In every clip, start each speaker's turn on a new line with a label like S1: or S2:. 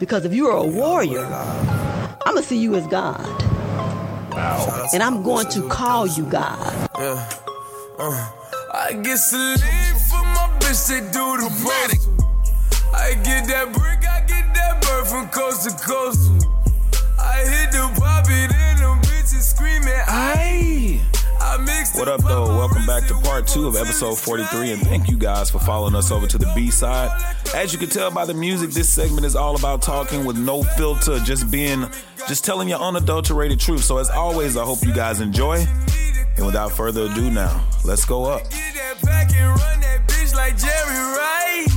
S1: Because if you are a warrior, I'm going to see you as God. And I'm going to call you God.
S2: I get saline from my bitch, they do the panic. I get that brick, I get that bird from coast to coast. I hit the pop it in them bitches screaming. Aye. I mix
S3: What up, though? Welcome back to part two of episode 43, and thank you guys for following us over to the B side. As you can tell by the music, this segment is all about talking with no filter, just being, just telling your unadulterated truth. So, as always, I hope you guys enjoy. And without further ado, now, let's go up.
S2: Get that back and run that bitch like Jerry Rice.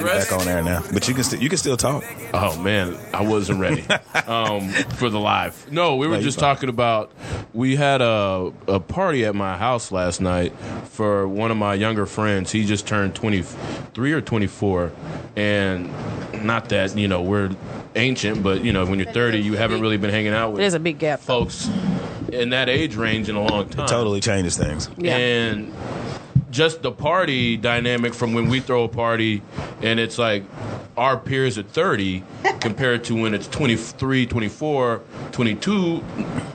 S3: Back on air now. But you can, st- you can still talk.
S4: Oh man, I wasn't ready um, for the live. No, we were
S3: No, you're
S4: just
S3: fine.
S4: talking about we had a a party at my house last night for one of my younger friends. He just turned twenty three or twenty four, and not that you know we're ancient, but you know when you're thirty, you haven't really been hanging out with.
S5: There's a big gap.
S4: folks in that age range in a long time.
S3: Totally changes things.
S5: Yeah.
S4: And just the party dynamic from when we throw a party and it's like our peers at 30 compared to when it's 23, 24, 22,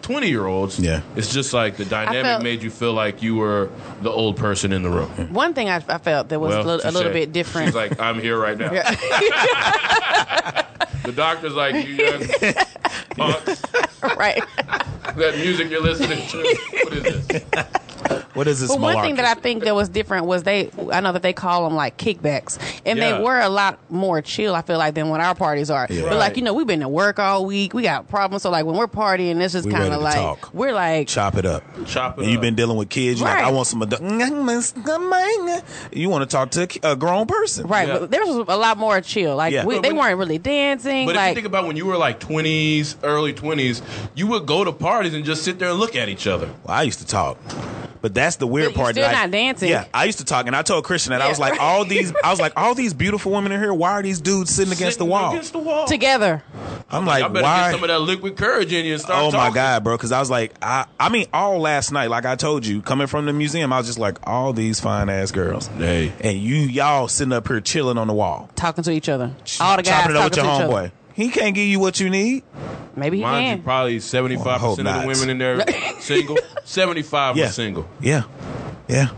S4: 20 year olds.
S3: Yeah.
S4: It's just like the dynamic
S5: felt-
S4: made you feel like you were the old person in the room.
S5: One thing I, I felt that was
S4: Well,
S5: a little, a
S4: touche.
S5: little bit different.
S4: She's like, I'm here right now. The doctor's like, you young punks,
S5: right.
S4: that music you're listening to, what is this?
S3: What is this
S5: But one thing
S3: malarkey?
S5: that I think that was different was they. I know that they call them like kickbacks, and
S4: Yeah.
S5: they were a lot more chill. I feel like than what our parties are. But
S4: Right.
S5: like you know, we've been to work all week. We got problems. So like when we're partying, it's just
S3: We
S5: kind
S3: ready
S5: of
S3: to
S5: like
S3: talk.
S5: we're like
S3: Chop it up.
S4: Chop it
S3: And you've
S4: up.
S3: been dealing with kids. You're like,
S5: Right.
S3: I want some adult. You want to talk to a ki- a grown person.
S5: right.
S4: Yeah.
S5: But there was a lot more chill. Like
S3: Yeah.
S5: we,
S3: But
S5: they
S4: when-
S5: weren't really dancing.
S4: But if you
S5: like
S4: think about when you were like 20s, early 20s, you would go to parties and just sit there and look at each other.
S3: Well, I used to talk. But that's the weird
S5: But you're
S3: part.
S5: still
S3: that I-
S5: not dancing.
S3: Yeah, I used to talk, and I told Christian that I
S5: Yeah,
S3: was like,
S5: right.
S3: all these, I was like, all these beautiful women in here. Why are these dudes sitting against the
S4: Sitting
S3: wall?
S4: Against the wall.
S5: together.
S3: I'm like,
S4: I better
S3: why?
S4: get some of that liquid courage in you and start
S3: oh my
S4: talking.
S3: god, bro! Because I was like, I, I mean, all last night, like I told you, coming from the museum, I was just like, all these fine ass girls,
S4: Hey.
S3: and you y'all sitting up here chilling on the wall,
S5: Talking to each other, all the guys
S3: chopping it up
S5: talking
S3: with your
S5: to each
S3: homeboy.
S5: other.
S3: He can't give you what you need.
S5: Maybe he
S4: Mind you,
S5: can.
S4: probably 75%
S3: Well, I hope
S4: of the
S3: not.
S4: women in there single. 75
S3: Yeah,
S4: were single.
S3: Yeah, yeah.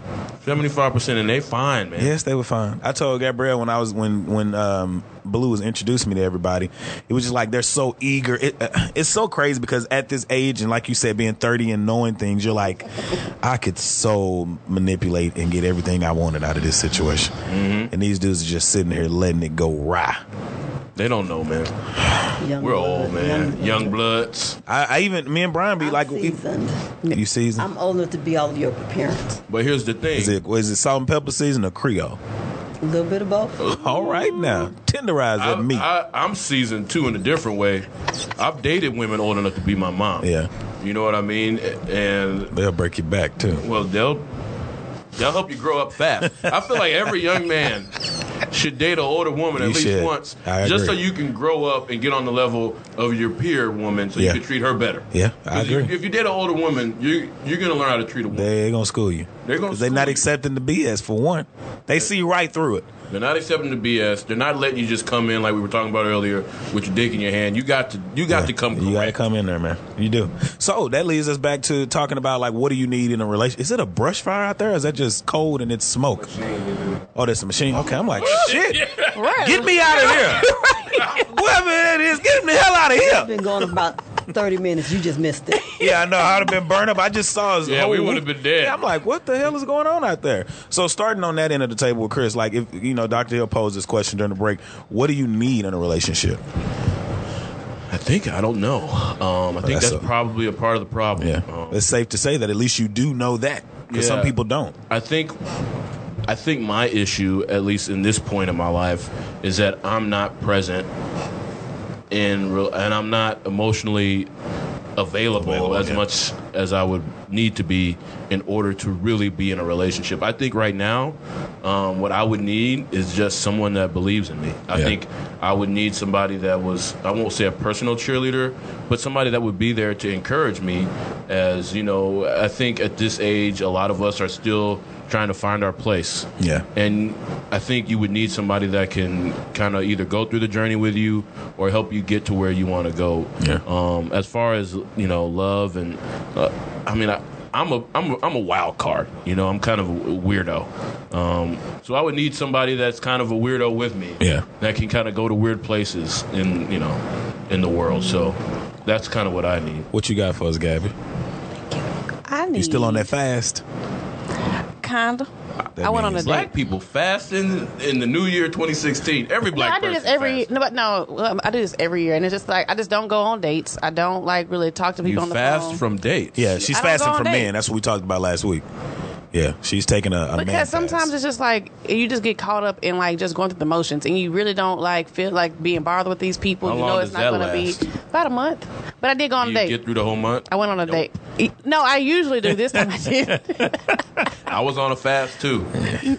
S4: 75% and they fine, man.
S3: Yes, they were fine. I told Gabrielle when I was when when um, Blue was introduced me to everybody, it was just like they're so eager. It, uh, it's so crazy because at this age and like you said, being thirty and knowing things, you're like, I could so manipulate and get everything I wanted out of this situation.
S4: Mm-hmm.
S3: And these dudes are just sitting here letting it go raw.
S4: They don't know, man. We're old, man. Young bloods.
S3: I, I even me and Brian be
S1: I'm
S3: like,
S1: seasoned.
S3: you season.
S1: I'm old enough to be all of your parents.
S4: But here's the thing.
S3: is it is it salt and pepper season or Creole?
S1: A little bit of both.
S3: All right now, tenderize
S4: I,
S3: that meat.
S4: I, I'm seasoned too in a different way. I've dated women old enough to be my mom.
S3: yeah,
S4: You know what I mean? And
S3: they'll break your back too.
S4: Well, they'll they'll help you grow up fast. I feel like every young man should date an older woman
S3: You
S4: at least
S3: should.
S4: once,
S3: I
S4: just so
S3: agree.
S4: you can grow up and get on the level of your peer woman, so
S3: Yeah.
S4: you can treat her better.
S3: Yeah, I
S4: 'Cause you-
S3: agree.
S4: if you date an older woman, you you're gonna learn how to treat a woman.
S3: They're gonna school you.
S4: They're gonna
S3: 'Cause they not
S4: school you.
S3: accepting the BS for one. They see right through it.
S4: They're not accepting the BS. They're not letting you just come in like we were talking about earlier with your dick in your hand. You got to you got to come
S3: You gotta
S4: correct.
S3: come in there, man. You do. So that leads us back to talking about like what do you need in a relation? Is it a brush fire out there? Or is that just cold and it's smoke? Oh, that's a machine. Okay, I'm like shit.
S5: Right.
S3: Get me out of here. Whoever that is, get him the hell out of here.
S1: Been going about 30 minutes. You just missed it.
S3: Yeah, I know. I'd have been burned up. I just saw his.
S4: Yeah,
S3: whole
S4: we would've been dead.
S3: Yeah, I'm like, what the hell is going on out there? So starting on that end of the table with Chris, like if you know, Dr. Hill posed this question during the break. What do you need in a relationship?
S4: I think I don't know. Um, I think
S3: that's
S4: that's,
S3: a-
S4: probably a part of the problem.
S3: Yeah.
S4: Um,
S3: it's safe to say that at least you do know that because some
S4: Yeah.
S3: people don't.
S4: I think I think my issue, at least in this point in my life, is that I'm not present in real, and I'm not emotionally available,
S3: Available,
S4: as
S3: yeah.
S4: much as I would need to be in order to really be in a relationship. I think right now, um, what I would need is just someone that believes in me. I
S3: Yeah.
S4: think I would need somebody that was, I won't say a personal cheerleader, but somebody that would be there to encourage me. As you know, I think at this age, a lot of us are still trying to find our place.
S3: Yeah.
S4: And I think you would need somebody that can kind of either go through the journey with you or help you get to where you want to go.
S3: Yeah.
S4: Um, as far as you know, love and uh, I mean, I, I'm a I'm a, I'm a wild card. You know, I'm kind of a weirdo. Um, so I would need somebody that's kind of a weirdo with me.
S3: Yeah.
S4: That can kind of go to weird places in you know in the world. So that's kind of what I need.
S3: What you got for us, Gabby?
S5: I need
S3: You still on that fast?
S5: Kinda.
S3: That
S5: I went on a
S3: means-
S5: date.
S4: Black people fasting in the new year 2016. Every
S5: No,
S4: black
S5: I do this
S4: person
S5: every
S4: fasts.
S5: no, but no, um, I do this every year, and it's just like I just don't go on dates. I don't like really talk to people
S4: You
S5: on the
S4: fast
S5: phone.
S4: from dates.
S3: Yeah, she's
S5: I don't go
S3: fasting
S5: on
S3: from
S5: dates.
S3: men. That's what we talked about last week. Yeah, she's taking a, a man
S5: because sometimes
S3: fast.
S5: it's just like you just get caught up in like just going through the motions, and you really don't like feel like being bothered with these people.
S4: How
S5: you
S4: long
S5: know,
S4: does
S5: it's not
S4: that
S5: going to be
S4: last?
S5: about a month. But I did go on
S4: you
S5: a date.
S4: get through the whole month.
S5: I went on a
S4: Nope.
S5: date. E, No, I usually do this time. I did.
S4: I was on a fast too.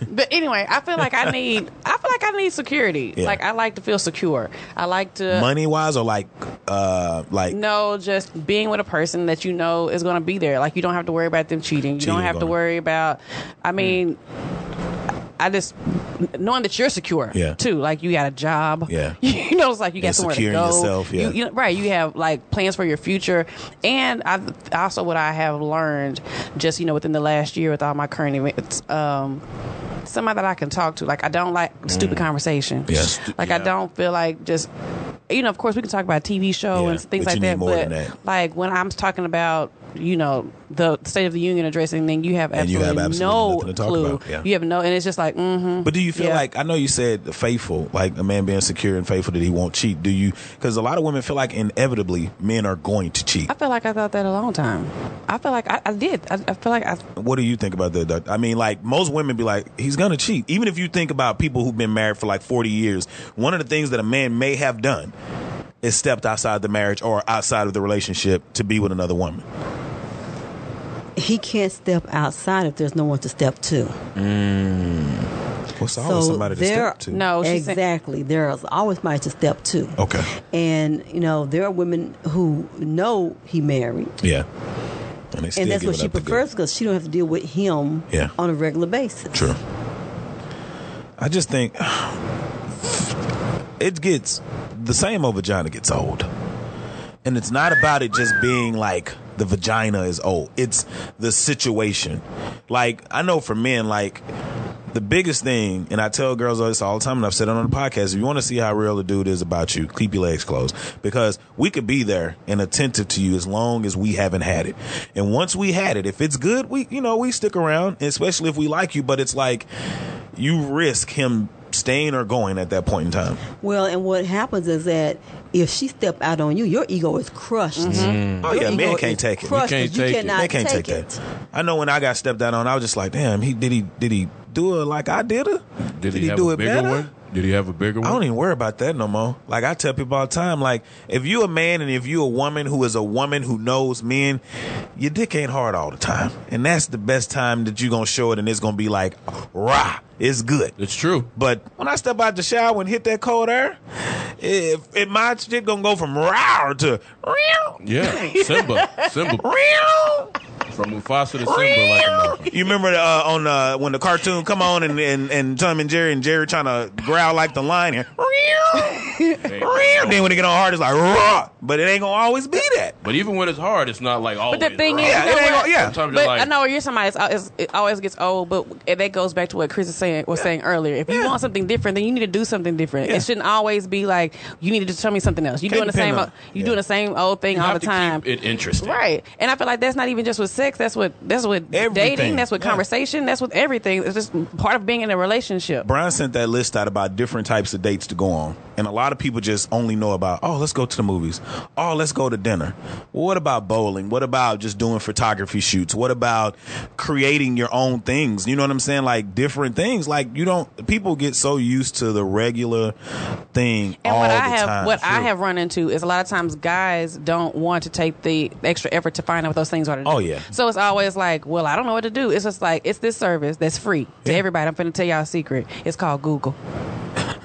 S5: But anyway, I feel like I need. I feel like I need security.
S3: Yeah.
S5: Like I like to feel secure. I like to
S3: money wise or like uh like
S5: No, just being with a person that you know is going to be there. Like you don't have to worry about them cheating. You don't
S3: Cheating Hmm.
S5: have to
S3: gonna-
S5: worry about. I mean, I just knowing that you're secure.
S3: Yeah.
S5: Too. Like you got a job.
S3: Yeah.
S5: You know, it's like you got
S3: And
S5: somewhere to
S3: securing
S5: go.
S3: yourself, yeah.
S5: You, you know, right. You have like plans for your future, and I also what I have learned just you know within the last year with all my current events. Um, Somebody that I can talk to. Like I don't like stupid conversation.
S3: Hmm. Yeah. Stu-
S5: Like I
S4: yeah.
S5: don't feel like just you know, of course we can talk about a TV show
S3: Yeah,
S5: and things
S3: but
S5: like
S3: you need
S5: that.
S3: more
S5: but
S3: than that.
S5: like when I'm talking about, you know, the State of the Union address and then you have
S3: And you
S5: absolutely,
S3: have absolutely
S5: no
S3: nothing to talk
S5: clue.
S3: about, yeah.
S5: You have no and it's just like mm-hmm.
S3: But do you feel
S5: Yeah.
S3: like I know you said faithful, like a man being secure and faithful that he won't cheat? Do you? Because a lot of women feel like inevitably men are going to cheat.
S5: I feel like I thought that a long time. I feel like I, I did. I, I feel like I
S3: What do you think about that? Doc? I mean, like most women be like, he's gonna cheat. Even if you think about people who've been married for like forty years, one of the things that a man may have done is stepped outside the marriage or outside of the relationship to be with another woman.
S1: He can't step outside if there's no one to step to.
S3: What's always
S1: So
S3: somebody to
S1: there-
S3: step to?
S5: no. she's saying-
S1: exactly. There's always somebody to step to.
S4: Oh.
S3: Okay.
S1: And you know there are women who know he married,
S3: Yeah. And, they still
S1: and that's
S3: give
S1: what
S3: it
S1: she
S3: up to go-
S1: prefers because she don't have to deal with him
S3: Yeah.
S1: on a regular basis.
S3: True. I just think it gets the same old vagina gets old. And it's not about it just being like the vagina is old. It's the situation. Like, I know for men, like, the biggest thing, and I tell girls this all the time, and I've said it on the podcast, if you want to see how real a dude is about you, keep your legs closed. Because we could be there and attentive to you as long as we haven't had it. And once we had it, if it's good, we you know, we stick around, especially if we like you, but it's like you risk him staying or going at that point in time.
S1: Well, and what happens is that if she step out on you, your ego is crushed.
S3: Oh
S1: Your
S3: yeah,
S1: ego
S3: man can't
S1: is
S3: take it.
S1: crushed
S4: Mm-hmm. can't
S1: 'cause you
S4: take it.
S1: cannot
S3: they can't take,
S1: it.
S3: that. I know when I got stepped out on, I was just like, damn, he did he did he do it like I did it?
S4: Did, he, have
S3: do
S4: a
S3: it
S4: bigger
S3: better?
S4: one? Did he have a bigger one?
S3: I don't even worry about that no more. Like I tell people all the time, like if you a man and if you a woman who is a woman who knows men, your dick ain't hard all the time, and that's the best time that you gonna show it, and it's gonna be like, rah, it's good.
S4: it's true.
S3: But when I step out the shower and hit that cold air, if, if my shit gonna go from rah to real,
S4: Yeah, Simba, Simba
S3: real.
S4: from Mufasa to Simba, like a motherfucker.
S3: You remember uh, on uh, when the cartoon come on and, and, and Tom and Jerry and Jerry trying to growl like the lion and then when it get on hard it's like raw, but it ain't gonna always be that.
S4: But even when it's hard, it's not like always.
S5: But the thing is,
S3: Yeah,
S5: you
S3: it
S5: know
S3: ain't
S5: what?
S3: gonna- yeah.
S4: Sometimes you're
S5: But
S4: like,
S5: I know you're somebody. It's, it's, it always gets old. But it- that goes back to what Chris is saying was saying earlier. If you want something different, then you need to do something different.
S3: Yeah.
S5: It shouldn't always be like you need to just tell me something else. You're
S3: Can't
S5: doing the
S3: depend
S5: same.
S3: on-
S5: o- You're
S3: yeah.
S5: doing the same old thing
S4: you
S5: all
S4: have to
S5: the time.
S4: Keep it interesting,
S5: Right, and I feel like that's not even just with sex. That's with that's with
S3: Everything.
S5: dating. That's with
S3: Yeah.
S5: conversation. That's with everything. It's just part of being in a relationship.
S3: Brian sent that list out about different types of dates to go on. And a lot of people just only know about, oh, let's go to the movies. Oh, let's go to dinner. summer. Well, what about bowling? What about just doing photography shoots? What about creating your own things? You know what I'm saying? Like different things. Like you don't. People get so used to the regular thing
S5: And
S3: all
S5: what
S3: the
S5: I have
S3: time.
S5: what I
S3: Sure.
S5: have run into is a lot of times guys don't want to take the extra effort to find out what those things are to do.
S3: Oh, yeah.
S5: So it's always like, well, I don't know what to do. It's just like it's this service that's free to everybody. I'm finna tell y'all a secret. It's called Google.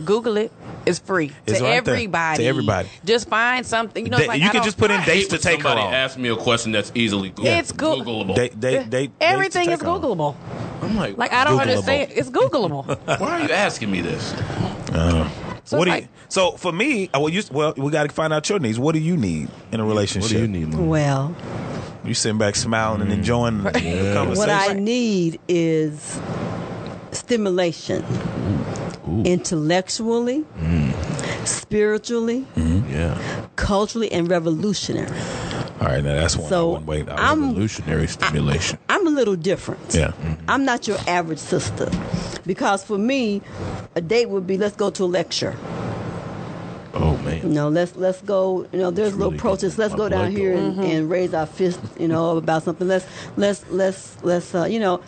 S5: Google it. It's free
S3: It's
S5: to
S3: right there. To
S5: everybody.
S3: everybody.
S5: Just find something. You know, it's
S3: That-
S5: like
S3: you
S5: I
S3: can
S5: don't-
S3: just put in
S4: Hate
S3: dates to
S4: when
S3: take her
S4: somebody
S3: on.
S4: ask me a question that's easily Google-
S5: It's Goo-
S4: Googleable.
S3: They, they, they,
S5: everything is
S3: dates to take on.
S5: Googleable.
S4: I'm like,
S5: Like I don't
S3: Googleable.
S5: understand. It's Googleable.
S4: why are you asking me this?
S5: So
S3: what
S5: it's
S3: do you,
S5: like-
S3: so for me, I- well, you, well, we got to find out your needs. What do you need in a relationship?
S4: What do you need, Mm. man?
S1: Well,
S3: You sitting back smiling and enjoying the, the conversation.
S1: what I need is stimulation intellectually,
S3: Mm.
S1: spiritually,
S4: Yeah.
S1: culturally, and revolutionary.
S3: All right, now that's one.
S1: So,
S3: I wouldn't wait.
S1: I'm-
S4: Evolutionary stimulation.
S1: I'm a little different. Mm-hmm.
S3: Yeah.
S1: I'm not your average sister. Because for me, a date would be let's go to a lecture.
S4: Oh man.
S1: You know, let's let's go. You know, there's
S4: really
S1: little protests.
S4: good.
S1: Let's
S4: My
S1: go down
S4: blood
S1: here
S5: Mm-hmm.
S1: and, and raise our fist. You know, about something. Let's let's let's let's. Uh, you know,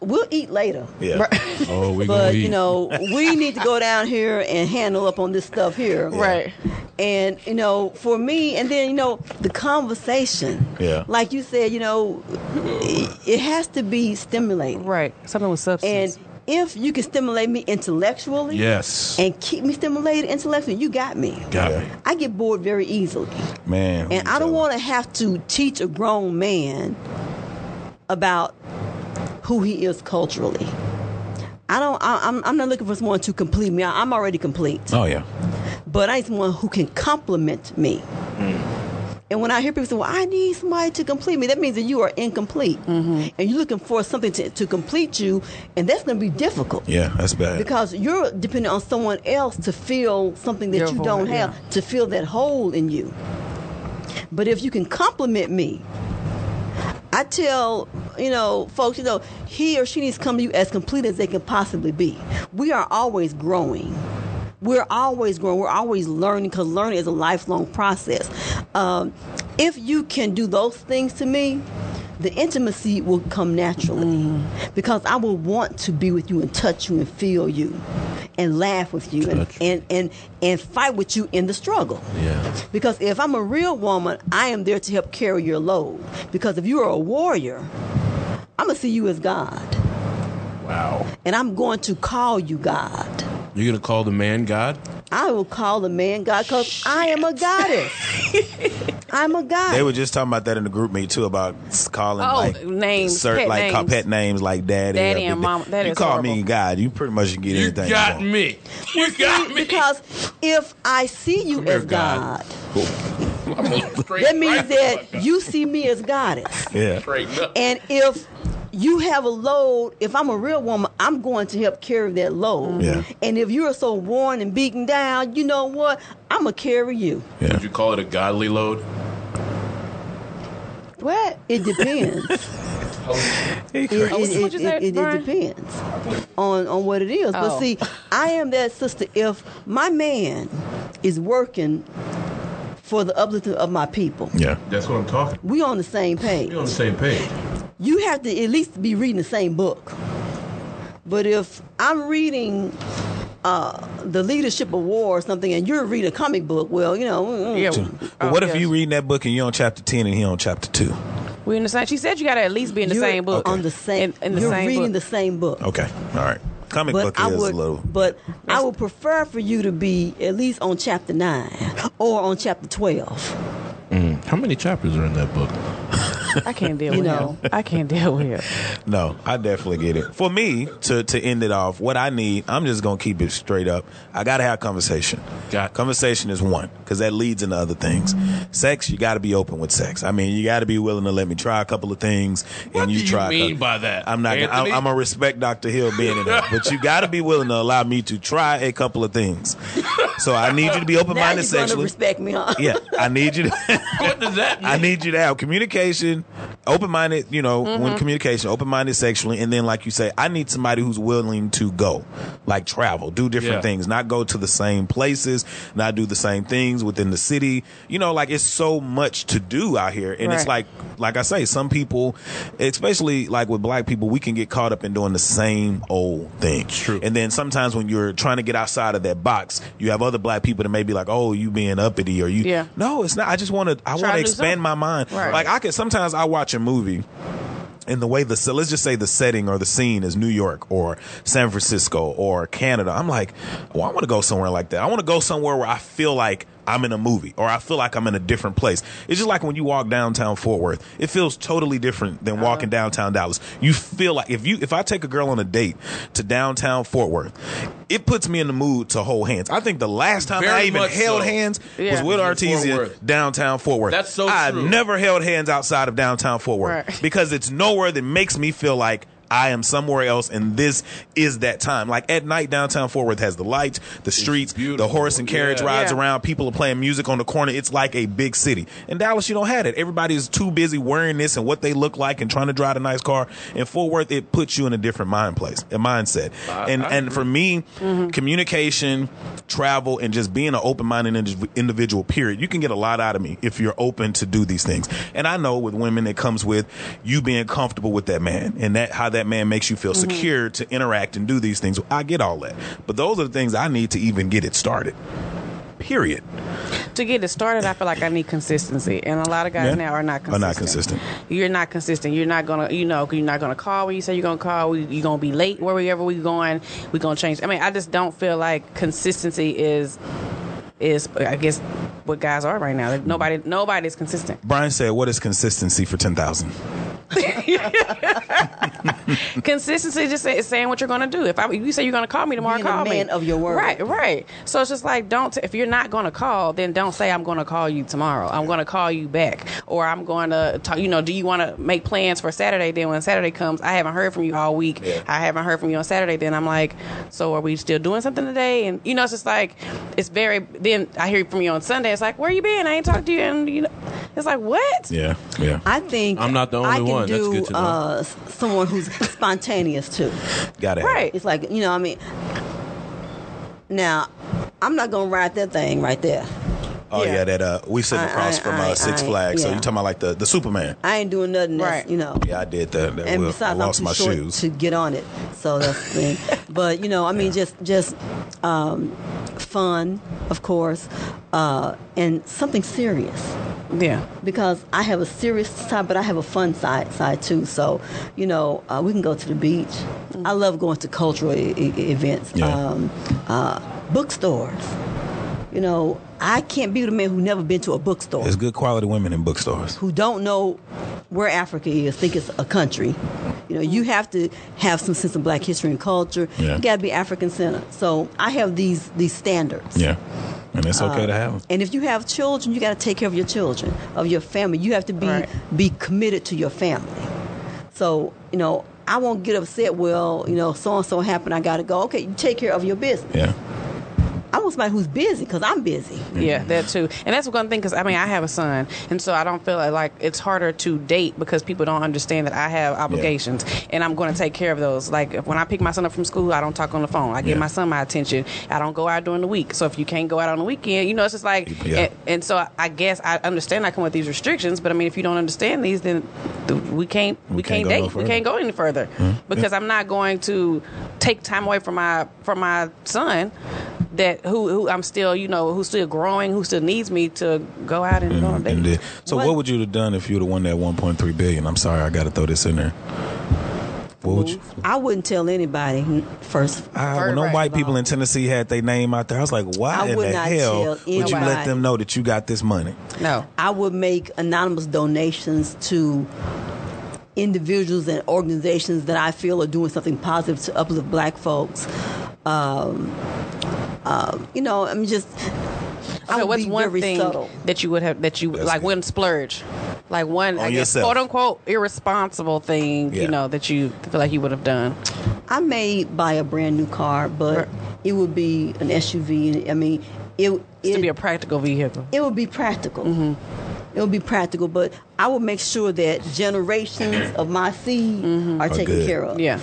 S1: we'll eat later.
S3: yeah.
S4: Oh, we gonna
S1: But
S4: eat.
S1: you know, we need to go down here and handle up on this stuff here.
S5: Right.
S1: And you know, for me, and then you know, the conversation.
S3: Yeah.
S1: Like you said, you know, it, it has to be stimulating.
S5: Right. Something with substance.
S1: And if you can stimulate me intellectually
S4: yes.
S1: and keep me stimulated intellectually, you got me.
S4: Got
S3: Yeah.
S4: me.
S1: I get bored very easily.
S3: man.
S1: And I don't want to have to teach a grown man about who he is culturally. I don't. I, I'm. I'm not looking for someone to complete me. I, I'm already complete.
S3: Oh yeah.
S1: But I need someone who can compliment me. And when I hear people say, "Well, I need somebody to complete me," that means that you are incomplete, and you're looking for something to, to complete you, and that's going to be difficult
S3: Yeah, that's bad.
S1: because you're dependent on someone else to fill something that
S5: Your
S1: you
S5: void,
S1: don't
S5: yeah.
S1: have to fill that hole in you but if you can compliment me i tell you know folks you know he or she needs to come to you as complete as they can possibly be we are always growing we're always growing we're always learning because learning is a lifelong process um, if you can do those things to me the intimacy will come naturally
S4: Mm.
S1: because i will want to be with you and touch you and feel you and laugh with you and,
S4: Touch.
S1: and and and fight with you in the struggle
S4: Yeah.
S1: because if i'm a real woman i am there to help carry your load because if you are a warrior i'm gonna see you as god
S4: Wow.
S1: and i'm going to call you god
S4: You're gonna call the man God?
S1: I will call the man God because I am a goddess. I'm a
S3: They
S1: goddess.
S3: were just talking about that in the group meet too about s- calling
S5: Oh,
S3: like
S5: names,
S3: cert-
S5: pet
S3: like ca-
S5: names.
S3: pet names like daddy,
S5: Daddy
S3: or-
S5: and mama. That
S3: you
S5: is
S3: call me
S5: horrible.
S3: God, you pretty much can get
S4: You
S3: anything.
S4: got
S3: you want.
S4: me. You got me.
S1: Because if I see you
S4: Come here,
S1: as
S4: God.
S1: God,
S4: I'm gonna straight
S1: that means
S4: right
S1: that
S4: the
S1: you see me as goddess.
S3: Yeah,
S4: fuck up.
S1: And if you have a load, if I'm a real woman, I'm going to help carry that load.
S3: Mm-hmm. Yeah.
S1: And if you're so worn and beaten down, you know what? I'm going to carry you.
S3: yeah.
S4: Would you call it a godly load?
S1: What? It depends. it,
S5: Oh,
S1: it,
S5: what'd you
S1: it,
S5: say,
S1: it- it
S5: Brian?
S1: depends on on what it is.
S5: Oh.
S1: But see, I am that sister. If my man is working for the uplifting of my people,
S3: yeah.
S4: That's what I'm talking.
S1: we on the same page.
S4: We're on the same page.
S1: You have to at least be reading the same book. But if I'm reading uh, the Leadership Award or something, and you're reading a comic book, well, you know, mm,
S5: Hmm. Oh, yeah.
S3: But what if you reading that book and you on chapter ten and he on chapter two?
S5: We in the same. She said you got to at least be in the
S1: you're
S5: same book.
S1: on the same.
S5: In, in the
S1: you're
S5: same
S1: reading the
S5: book.
S1: same book.
S3: Okay, all right. Comic book
S1: But I
S3: is
S1: would,
S3: a little.
S1: but I would prefer for you to be at least on chapter nine or on chapter twelve.
S4: How many chapters are in that book?
S5: I can't deal
S1: You
S5: with
S1: know.
S5: him. I can't deal with him.
S3: No, I definitely get it. For me to to end it off, what I need, I'm just gonna keep it straight up. I gotta have conversation.
S4: Got-
S3: conversation is one because that leads into other things. Sex, you gotta be open with sex. I mean, you gotta be willing to let me try a couple of things,
S4: What
S3: and you
S4: do you
S3: try. a
S4: mean
S3: couple-
S4: by that,
S3: I'm not. Gonna, I'm,
S4: Anthony?
S3: I'm gonna respect Dr. Hill being in there, but you gotta be willing to allow me to try a couple of things. So I need you to be open
S1: Now
S3: minded
S1: you're going to
S3: sexually.
S1: respect me, huh?
S3: Yeah, I need you. To,
S4: What does that mean?
S3: I need you to have communication, open minded, you know,
S5: Mm-hmm.
S3: when communication, open minded sexually, and then like you say, I need somebody who's willing to go, like travel, do different
S4: Yeah.
S3: things, not go to the same places, not do the same things within the city. You know, like it's so much to do out here, and it's like,
S5: Right.
S3: like I say, some people, especially like with black people, we can get caught up in doing the same old thing.
S4: true.
S3: And then sometimes when you're trying to get outside of that box, you have other black people that may be like, "Oh, you being uppity," or you.
S5: Yeah.
S3: No, it's not. I just want to. I want
S5: to
S3: to
S5: do
S3: expand
S5: something.
S3: my mind.
S5: Right.
S3: Like I could sometimes I watch a movie and the way the so let's just say the setting or the scene is New York or San Francisco or Canada. I'm like, well, I want to go somewhere like that. I want to go somewhere where I feel like I'm in a movie or I feel like I'm in a different place. It's just like when you walk downtown Fort Worth, it feels totally different than
S5: Uh-huh.
S3: walking downtown Dallas. You feel like if you if I take a girl on a date to downtown Fort Worth, it puts me in the mood to hold hands. I think the last time I
S4: Very
S3: even
S4: much
S3: held
S4: so.
S3: hands was
S5: Yeah.
S3: with
S4: Fort
S3: Artesia
S4: Worth.
S3: downtown Fort Worth.
S4: That's so
S3: I've
S4: true.
S3: never held hands outside of downtown Fort Worth
S5: Right.
S3: because it's nowhere that makes me feel like I am somewhere else and this is that time. Like at night, downtown Fort Worth has the lights, the streets, the
S4: beautiful.
S3: horse and carriage
S4: Yeah.
S3: rides
S5: Yeah.
S3: around, people are playing music on the corner. It's like a big city. In Dallas, you don't have it. Everybody is too busy wearing this and what they look like and trying to drive a nice car. In Fort Worth, it puts you in a different mind place, a mindset.
S4: I- Mm-hmm.
S3: and
S4: I
S3: and for me, communication, travel, and just being an open minded individual, period, you can get a lot out of me if you're open to do these things. And I know with women, it comes with you being comfortable with that man and that how that man makes you feel
S4: Mm-hmm.
S3: secure to interact and do these things. I get all that. But those are the things I need to even get it started. Period.
S5: to get it started, I feel like I need consistency, and a lot of guys
S3: Yeah.
S5: now are not
S3: Are
S5: consistent.
S3: not consistent.
S5: You're not consistent. You're not gonna, you know, you're not gonna call when you say you're gonna call. You're gonna be late wherever we going. We're gonna change. I mean, I just don't feel like consistency is is I guess what guys are right now. Like, Nobody nobody's consistent.
S3: Brian said, What is consistency for 10,000?
S5: Consistency just say, is saying what you're going to do. If I, you say you're going to call me tomorrow,
S1: Being a
S5: call
S1: man
S5: me.
S1: of your word.
S5: Right, right. So it's just like don't. T- if you're not going to call, then don't say I'm going to call you tomorrow. I'm going to call you back, or I'm going to talk. You know, do you want to make plans for Saturday? Then when Saturday comes, I haven't heard from you all week. I haven't heard from you on Saturday. Then I'm like, so are we still doing something today? And you know, it's just like it's very. Then I hear from you on Sunday. It's like where you been? I ain't talked to you, and you know, it's like what?
S3: Yeah, yeah.
S1: I think
S4: I'm not the only
S1: I can
S4: one. That's
S1: do,
S4: good to know.
S1: Uh, s- someone who's spontaneous too.
S3: Got it.
S5: Right.
S1: It's like you know, I mean, now I'm not gonna ride that thing right there.
S3: Oh, yeah,
S5: Yeah.
S3: that uh, we sitting
S1: I-
S3: across
S1: I-
S3: from
S1: I-
S3: uh, Six
S1: I-
S3: Flags. So
S1: yeah.
S3: you talking about like the, the Superman.
S1: I ain't doing nothing. That's,
S5: Right.
S1: You know.
S3: Yeah, I did that. that
S1: And
S3: will- I
S1: besides,
S3: lost
S1: I'm too
S3: my
S1: short
S3: shoes.
S1: to get on it, so that's the thing. But you know, I mean, just just um, fun, of course, uh, and something serious
S5: Yeah.
S1: because I have a serious side, but I have a fun side side too. So, you know, uh, we can go to the beach. I love going to cultural I- I- events,
S3: Mm. Yeah.
S1: um, uh, bookstores. You know, I can't be with a man who never been to a bookstore,
S3: There's good quality women in bookstores.
S1: who don't know where Africa is, think it's a country. You know, you have to have some sense of black history and culture.
S3: Yeah.
S1: You got to be African centered. So I have these these standards.
S3: Yeah, and it's okay to
S1: Uh,
S3: have them.
S1: And if you have children, you got to take care of your children, of your family. You have to be
S5: Right.
S1: be committed to your family. So you know, I won't get upset. Well, you know, so and so happened. I got to go. Okay, you take care of your business.
S3: Yeah,
S1: I want somebody who's busy because I'm busy.
S5: Yeah,
S3: Mm-hmm.
S5: that too. And that's one thing because I mean I have a son, and so I don't feel like, like it's harder to date because people don't understand that I have obligations and I'm going to take care of those. Like if- when I pick my son up from school, I don't talk on the phone. I give
S3: Yeah.
S5: my son my attention. I don't go out during the week. So if you can't go out on the weekend, you know, it's just like.
S3: Yeah.
S5: And, and so I- I guess I understand I come with these restrictions, but I mean if you don't understand these, then th- we can't we,
S3: We can't
S5: can't,
S3: go no
S5: date. we
S3: further.
S5: can't go any further
S3: Hmm?
S5: because I'm not going to take time away from my from my son that who who I'm still you know who's still growing who still needs me to go out and
S1: Oh,
S5: go on
S3: Mm-hmm. and, and
S5: dates.
S3: did. so what? would you have done if you'd have won that 1.3 billion? I'm sorry, I got to throw this in there. What would you?
S1: I wouldn't tell anybody first.
S3: I, when
S5: Bird
S3: them
S5: right
S3: white people
S5: along.
S3: in Tennessee had their name out there, I was like, why
S1: I
S3: in
S1: would
S3: the
S1: not
S3: hell
S1: tell
S3: would you let
S1: anybody.
S3: them know that you got this money?
S5: No.
S1: I would make anonymous donations to individuals and organizations that I feel are doing something positive to uplift black folks. Um, um, you know, I'm just. I
S5: So
S1: would
S5: what's
S1: be
S5: one
S1: very
S5: thing
S1: subtle.
S5: that you would have that you
S3: That's
S5: like
S3: good.
S5: one splurge, like one
S3: On
S5: I guess
S3: yourself.
S5: quote unquote irresponsible thing
S3: Yeah.
S5: you know that you feel like you would have done.
S1: I may buy a brand new car, but
S5: Right.
S1: it would be an SUV. I mean, it
S5: It's to
S1: it,
S5: be a practical vehicle.
S1: it would be practical.
S5: Mm-hmm.
S1: it would be practical, but I would make sure that generations of my seed are taken
S3: good.
S1: care of.
S5: Mm-hmm. Yeah.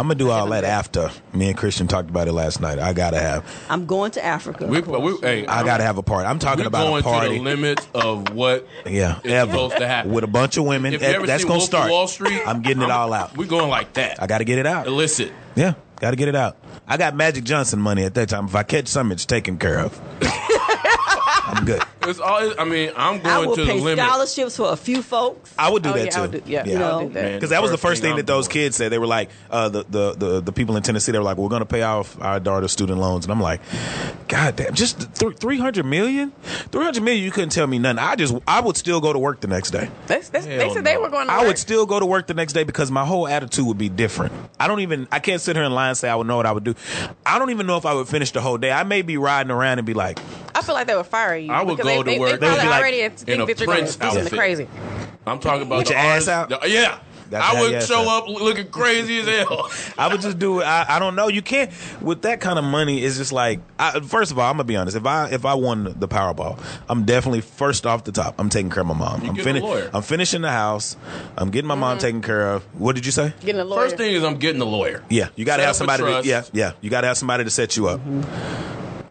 S3: I'm gonna do all that after. Me and Christian talked about it last night. I gotta have.
S1: I'm going to Africa.
S4: We, we, hey,
S3: I gotta have a party. I'm talking
S4: We're
S3: about
S4: going
S3: a party.
S4: to the limit of what
S3: yeah,
S4: is supposed to happen.
S3: with a bunch of women.
S4: If you
S3: That-
S4: ever
S3: that's
S4: seen
S3: gonna
S4: Wolf of
S3: start.
S4: Wall Street,
S3: I'm getting it all out.
S4: We're going like that.
S3: I gotta get it out.
S4: Illicit.
S3: Yeah, gotta get it out. I got Magic Johnson money at that time. If I catch some, it's taken care of. I'm good.
S4: It's all. I mean, I'm
S1: I
S4: going
S1: will
S4: to the
S1: pay
S4: limit.
S1: scholarships for a few folks.
S3: I would do
S5: Oh,
S3: that
S5: yeah,
S3: too.
S5: I'll do, yeah,
S3: Yeah.
S5: I'll
S1: No.
S5: do that.
S4: Man.
S3: Because that was the first thing,
S4: I'm
S3: that those
S4: doing.
S3: kids said. They were like, uh, the, the the the people in Tennessee. They were like, we're going to pay off our daughter's student loans, and I'm like, God damn, just th- three hundred million, three hundred million. You couldn't tell me nothing. I just I would still go to work the next day.
S5: That's, that's, they
S4: Hell
S5: said they
S4: no.
S5: were going to
S3: I
S5: work.
S3: would still go to work the next day because my whole attitude would be different. I don't even I can't sit here and lie and say I would know what I would do. I don't even know if I would finish the whole day. I may be riding around and be like,
S5: I feel like they would fire you.
S4: I would
S5: because
S4: go
S5: they,
S4: to
S5: they,
S4: work.
S5: They
S3: They would
S5: probably
S3: be like,
S5: already
S4: in a
S5: think that you're going
S4: Prince
S5: to do something
S4: outfit.
S5: crazy.
S4: I'm talking about
S3: With
S4: the
S3: your ass
S4: artists-
S3: out?
S4: Yeah,
S3: That's how
S4: I
S3: your
S4: would
S3: ass
S4: show
S3: out.
S4: up looking crazy as hell.
S3: I would just do it. I, I don't know. You can't with that kind of money. It's just like I, first of all, I'm gonna be honest. If I if I won the Powerball, I'm definitely first off the top. I'm taking care of my mom. I'm,
S4: get a
S3: fini-
S4: lawyer. Mm-hmm.
S3: I'm finishing the house. I'm getting my mom taken care of. What did you say?
S5: Getting a lawyer.
S4: First thing is I'm getting a lawyer.
S3: Yeah, you gotta
S4: Set
S3: have
S4: up a
S3: somebody. To,
S4: trust. Mm-hmm.
S3: yeah, yeah, you gotta have somebody to set you up.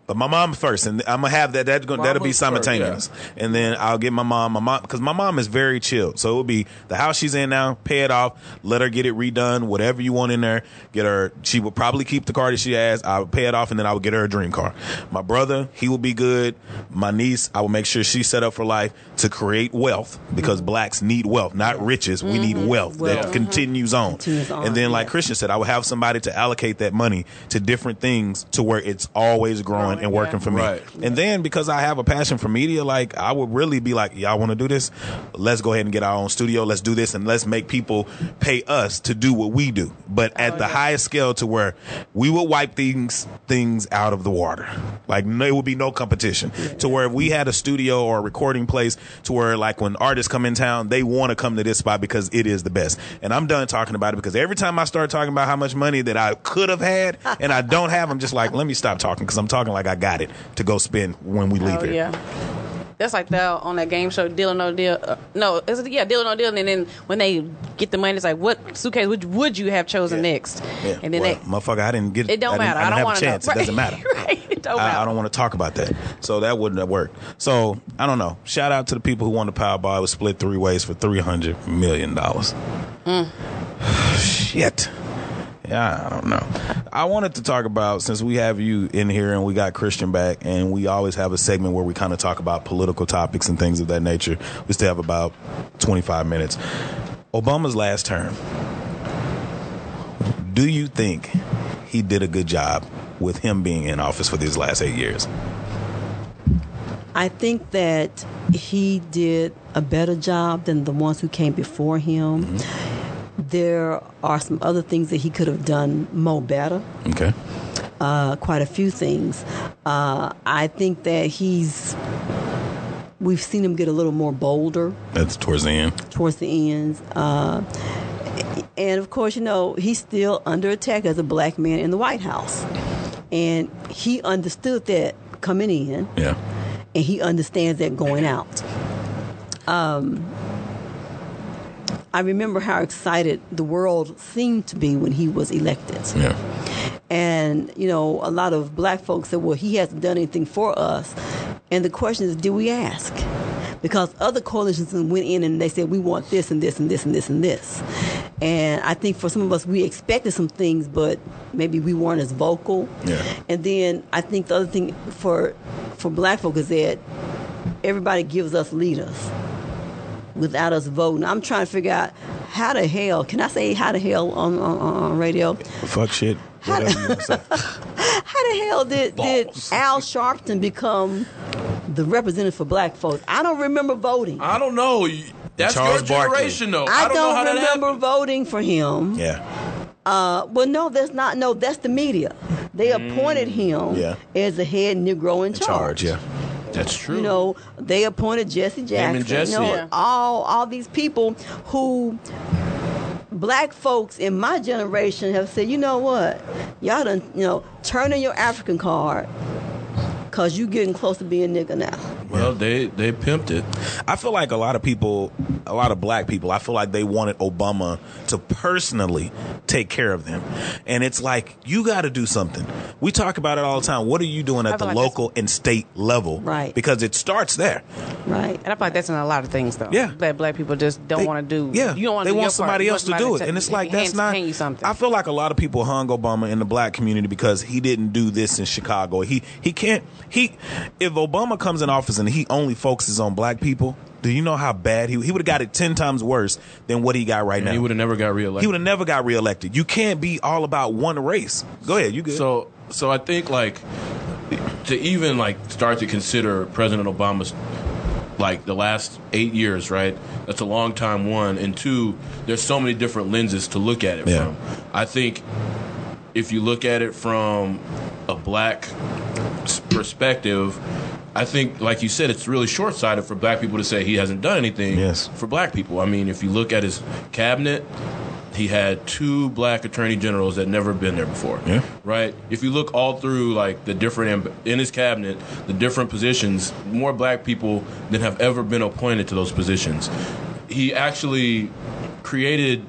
S3: But my mom first, and I'm gonna have that. That's gonna, that'll be
S4: Mama's first,
S3: simultaneous, and then I'll get my mom. My mom, because my mom is very chill, so it'll be the house she's in now. Pay it off, let her get it redone, whatever you want in there. Get her. She will probably keep the car that she has. I would pay it off, and then I would get her a dream car. My brother, he will be good. My niece, I will make sure she's set up for life to create wealth because blacks need wealth, not riches. We need wealth, that
S4: Mm-hmm. Wealth.
S3: continues on.
S1: Continues on,
S3: And then, like
S1: yeah.
S3: Christian said, I would have somebody to allocate that money to different things to where it's always growing
S5: Growing,
S3: and working
S5: yeah.
S3: for me.
S4: Right.
S3: And then because I have a passion for media, like I would really be like, y'all want to do this? Let's go ahead and get our own studio. Let's do this and let's make people pay us to do what we do, but at
S5: Oh,
S3: the highest scale to where we will wipe things things out of the water. Like no, it would be no competition to where if we had a studio or a recording place to where like when artists come in town, they want to come to this spot because it is the best. And I'm done talking about it because every time I start talking about how much money that I could have had and I don't have, I'm just like, let me stop talking because I'm talking like I got it to go spend when we leave
S5: Oh
S3: here.
S5: yeah. That's like the on that game show Deal or No Deal. Uh, no, is it, yeah, Deal or No Deal. And then when they get the money, it's like, what suitcase would would you have chosen
S3: Yeah.
S5: next?
S3: Yeah.
S5: And then
S3: well,
S5: they,
S3: motherfucker, I didn't get
S5: it don't
S3: I didn't-
S5: matter.
S3: I,
S5: I,
S3: didn't
S5: don't
S3: have
S5: want
S3: a chance. It doesn't matter.
S5: right? It don't matter.
S3: I, I don't want to talk about that. So that wouldn't have worked. So I don't know. Shout out to the people who won the Powerball. It was split three ways for three hundred million dollars. Shit. Yeah, I don't know. I wanted to talk about since we have you in here and we got Christian back, and we always have a segment where we kind of talk about political topics and things of that nature. We still have about twenty five minutes. Obama's last term. Do you think he did a good job with him being in office for these last eight years?
S1: I think that he did a better job than the ones who came before him. Mm-hmm. There are some other things that he could have done more better,
S3: Okay.
S1: uh, quite a few things. Uh, I think that he's, we've seen him get a little more bolder
S3: That's towards the end.
S1: towards the end. Uh, and of course, you know, he's still under attack as a black man in the White House. And he understood that coming in
S3: Yeah.
S1: and he understands that going out. Um, I remember how excited the world seemed to be when he was elected.
S3: Yeah.
S1: And, you know, a lot of black folks said, well, he hasn't done anything for us. And the question is, did we ask? Because other coalitions went in and they said, we want this and this and this and this and this. And I think for some of us, we expected some things, but maybe we weren't as vocal.
S3: Yeah.
S1: And then I think the other thing for for black folk is that everybody gives us leaders without us voting. I'm trying to figure out how the hell, can I say how the hell on, on, on radio?
S3: Fuck shit. Whatever you want to say.
S1: How the hell did, did
S4: Balls.
S1: Al Sharpton become the representative for black folks? I don't remember voting. I,
S4: I don't know. You- That's
S3: Charles
S4: your
S3: Barkley.
S4: generation, though. I, don't, know how
S1: don't,
S4: that
S1: remember
S4: happened.
S1: voting for him.
S3: Yeah.
S1: Uh, well, no, that's not. No, that's the media. They
S4: Mm.
S1: appointed him
S3: Yeah.
S1: as the head Negro in, charge.
S3: Charge. Yeah.
S4: That's true.
S1: You know, they appointed Jesse Jackson.
S4: Jesse.
S1: You know,
S4: Yeah.
S1: all all these people who black folks in my generation have said, you know what, y'all done, you know, turn in your African card, cause you getting close to being nigger now.
S4: Well, they they pimped it.
S3: I feel like a lot of people, a lot of black people, I feel like they wanted Obama to personally take care of them. And it's like, you got to do something. We talk about it all the time. What are you doing
S5: I
S3: at the
S5: feel like
S3: local and state level?
S1: Right.
S3: Because it starts there.
S1: Right.
S5: And I feel like that's in a lot of things, though.
S3: Yeah.
S5: that black people just don't
S3: They-
S5: want to do.
S3: Yeah,
S5: you don't want.
S3: They
S5: do your
S3: want
S5: part.
S3: somebody
S5: You
S3: else to
S5: somebody
S3: do it, and it's like that's
S5: hand-
S3: not.
S5: hand you something.
S3: I feel like a lot of people hung Obama in the black community because he didn't do this in Chicago. He he can't he. If Obama comes in office and he only focuses on black people, do you know how bad he he would have got it ten times worse than what he got right
S4: And
S3: now.
S4: he would have never got reelected.
S3: He would have never got reelected. You can't be all about one race. Go ahead, you good?
S4: So so I think like to even like start to consider President Obama's like the last eight years, right? That's a long time. One and two, there's so many different lenses to look at it
S3: Yeah.
S4: from. I think if you look at it from a black s- perspective, I think, like you said, it's really short sighted for black people to say he hasn't done anything
S3: Yes.
S4: for black people. I mean, if you look at his cabinet, he had two black attorney generals that never been there before.
S3: Yeah.
S4: Right? If you look all through like the different amb- in his cabinet, the different positions, more black people than have ever been appointed to those positions. He actually created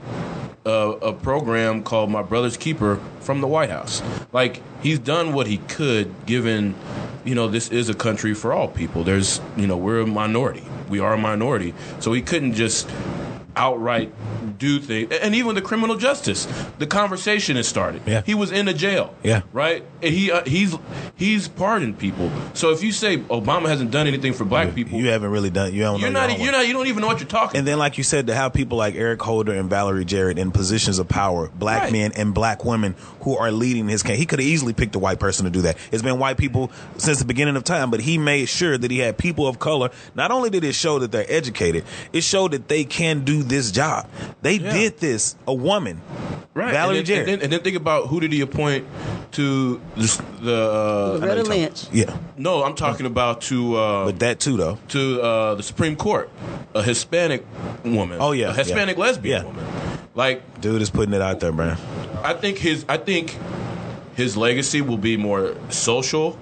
S4: a, a program called My Brother's Keeper from the White House. Like he's done what he could, given you know this is a country for all people. There's you know we're a minority, we are a minority, so he couldn't just outright do things. And even the criminal justice, the conversation has started.
S3: Yeah.
S4: he was in a jail.
S3: Yeah.
S4: right. And he uh, he's he's pardoned people. So if you say Obama hasn't done anything for black people,
S3: you haven't really done. You haven't.
S4: you're
S3: done your
S4: not e-,
S3: homework.
S4: you're not you don't even know what you're talking.
S3: And then, like you said, to have people like Eric Holder and Valerie Jarrett in positions of power, black
S4: Right.
S3: men and black women who are leading his campaign. He could have easily picked a white person to do that. It's been white people since the beginning of time, but he made sure that he had people of color. Not only did it show that they're educated, it showed that they can do this job. They did this. A woman,
S4: Right.
S3: Valerie
S4: and then,
S3: Jarrett.
S4: and then, and then think about who did he appoint to the. the uh,
S1: Loretta Lynch.
S3: yeah,
S4: no, I'm talking about to uh,
S3: but that too, though.
S4: to uh, the Supreme Court, a Hispanic woman.
S3: Oh, yeah,
S4: a Hispanic
S3: yeah.
S4: lesbian
S3: Yeah.
S4: woman. Like
S3: Dude is putting it out there, man.
S4: I think his I think his legacy will be more social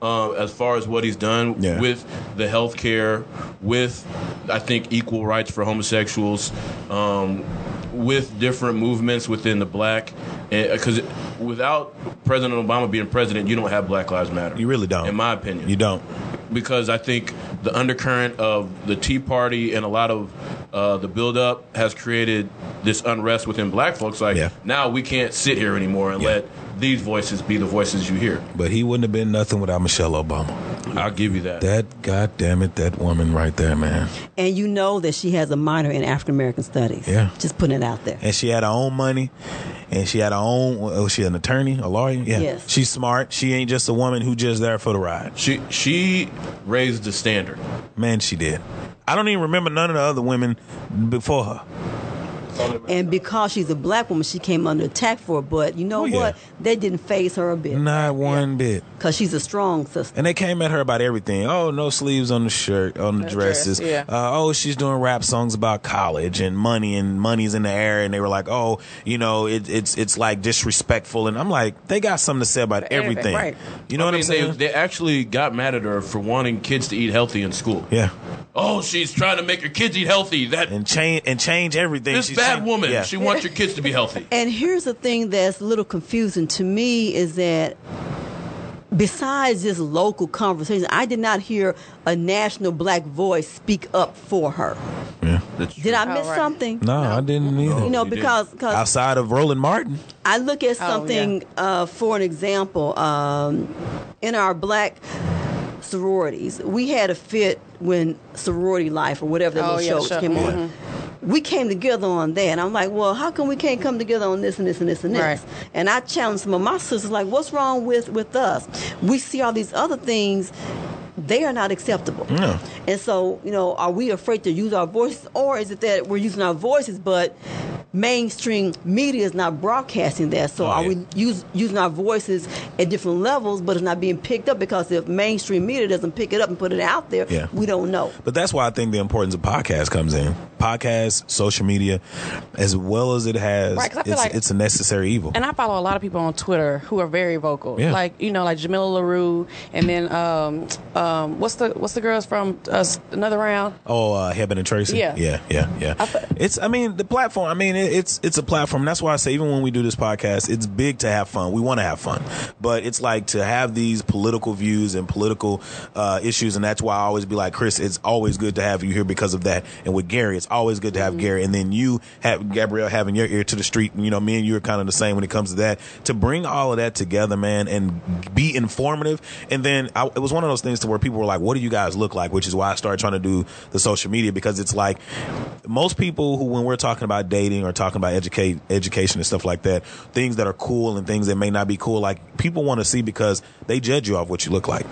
S4: uh, as far as what he's done
S3: Yeah.
S4: with the health care, with I think equal rights for homosexuals, um, with different movements within the black. Because without President Obama being president, you don't have Black Lives Matter.
S3: You really don't.
S4: in my opinion
S3: You don't.
S4: because I think the undercurrent of the Tea Party and a lot of uh, the buildup has created this unrest within black folks. Like,
S3: Yeah.
S4: now we can't sit here anymore and
S3: Yeah.
S4: let these voices be the voices you hear.
S3: But he wouldn't have been nothing without Michelle Obama.
S4: I'll give you that.
S3: That goddamn it, that woman right there, man.
S1: And you know that she has a minor in African American studies.
S3: Yeah.
S1: Just putting it out there.
S3: and she had her own money and she had her own oh she an attorney a lawyer yeah
S1: Yes.
S3: she's smart she ain't just a woman who just there for the ride
S4: She, she raised the standard.
S3: man she did i don't even remember none of the other women before her
S1: And because she's a black woman, she came under attack for it. But you know
S3: Oh, yeah. Mm.
S1: what? That didn't phase her a bit.
S3: not one bit
S1: Because she's a strong sister.
S3: and they came at her about everything oh no sleeves on the shirt on the
S5: The dress,
S3: dresses
S5: yeah.
S3: uh, oh she's doing rap songs about college and money and money's in the air and they were like oh you know it, it's it's like disrespectful and i'm like they got something to say about everything
S5: Everything, right.
S3: you know
S4: I
S3: what
S4: mean,
S3: i'm saying
S4: They, they actually got mad at her for wanting kids to eat healthy in school.
S3: yeah
S4: Oh, she's trying to make your kids eat healthy. That
S3: and change and change everything.
S4: this
S3: She's
S4: bad
S3: changed-
S4: woman.
S3: Yeah.
S4: She wants your kids to be healthy.
S1: And here's the thing that's a little confusing to me is that besides this local conversation, I did not hear a national black voice speak up for her. Did I miss
S5: right.
S1: something?
S3: no, I didn't either.
S1: You know,
S4: you didn't.
S1: because cause
S3: Outside of Roland Martin,
S1: I
S5: Oh,
S1: look at something uh, for an example. Um, in our black sororities, we had a fit when sorority life or whatever that
S5: Oh,
S1: little
S5: yeah,
S1: show
S5: sure. Mm-hmm.
S1: came on. We came together on that, and I'm like, well, how come we can't come together on this and this and this and this?
S5: Right.
S1: And I challenged some of my sisters, like, what's wrong with with us? We see all these other things. They are not acceptable.
S3: No.
S1: And so, you know, are we afraid to use our voices, or is it that we're using our voices, but mainstream media is not broadcasting that. So
S3: Oh,
S1: are
S3: yeah.
S1: we use, using our voices at different levels, but it's not being picked up because if mainstream media doesn't pick it up and put it out there,
S3: Yeah.
S1: we don't know.
S3: But that's why I think the importance of podcast comes in. Podcasts, social media, as well as it has,
S5: Right, 'cause I feel
S3: it's,
S5: like-
S3: it's a necessary evil.
S5: And I follow a lot of people on Twitter who are very vocal.
S3: Yeah.
S5: Like you know, like Jamila Larue, and then um, um, what's the what's the girls from uh, another round?
S3: Oh, uh, Heaven and Tracy.
S5: Yeah.
S3: yeah, yeah, yeah. it's. I mean, the platform. I mean, it, it's it's a platform. That's why I say even when we do this podcast, it's big to have fun. We want to have fun, but it's like to have these political views and political uh, issues, and that's why I always be like, Chris, it's always good to have you here because of that. And with Gary, it's always good to have Gary, and then you have Gabrielle having your ear to the street. And, you know, me and you are kind of the same when it comes to that. To bring all of that together, man, and be informative. And then I, it was one of those things to where people were like, "What do you guys look like?" Which is why I started trying to do the social media because it's like most people who, when we're talking about dating or talking about educate education and stuff like that, things that are cool and things that may not be cool, like people want to see because they judge you off what you look like.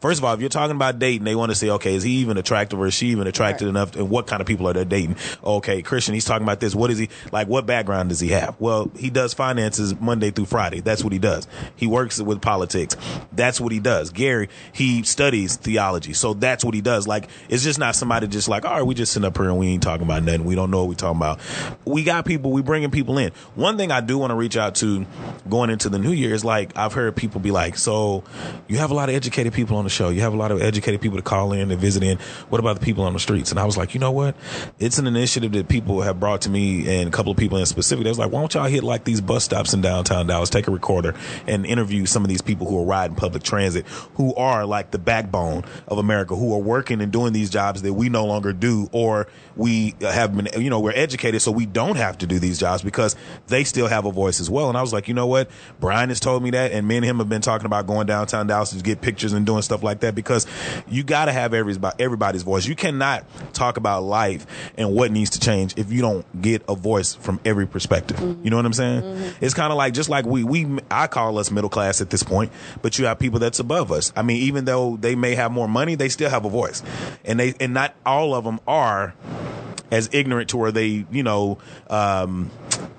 S3: First of all, if you're talking about dating, they want to say, okay, is he even attractive or is she even attractive enough? And what kind of people are they dating? Okay, Christian, he's talking about this. What is he like? What background does he have? Well, he does finances Monday through Friday. That's what he does. He works with politics. That's what he does. Gary, he studies theology. So that's what he does. Like, it's just not somebody just like, all right, we just sitting up here and we ain't talking about nothing. We don't know what we're talking about. We got people, we bringing people in. One thing I do want to reach out to going into the new year is like, I've heard people be like, so you have a lot of educated people on the show. You have a lot of educated people to call in and visit in. What about the people on the streets? And I was like, you know what? It's an initiative that people have brought to me and a couple of people in specific. They was like, why don't y'all hit like these bus stops in downtown Dallas, take a recorder and interview some of these people who are riding public transit, who are like the backbone of America, who are working and doing these jobs that we no longer do, or we have been, you know, we're educated, so we don't have to do these jobs because they still have a voice as well. And I was like, you know what? Brian has told me that, and me and him have been talking about going downtown Dallas to get pictures and doing stuff like that because you got to have everybody's, everybody's voice. You cannot talk about life and what needs to change if you don't get a voice from every perspective. You know what I'm saying? It's kind of like just like we we I call us middle class at this point, but you have people that's above us. I mean, even though they may have more money, they still have a voice, and they and not all of them are as ignorant to where they, you know, um,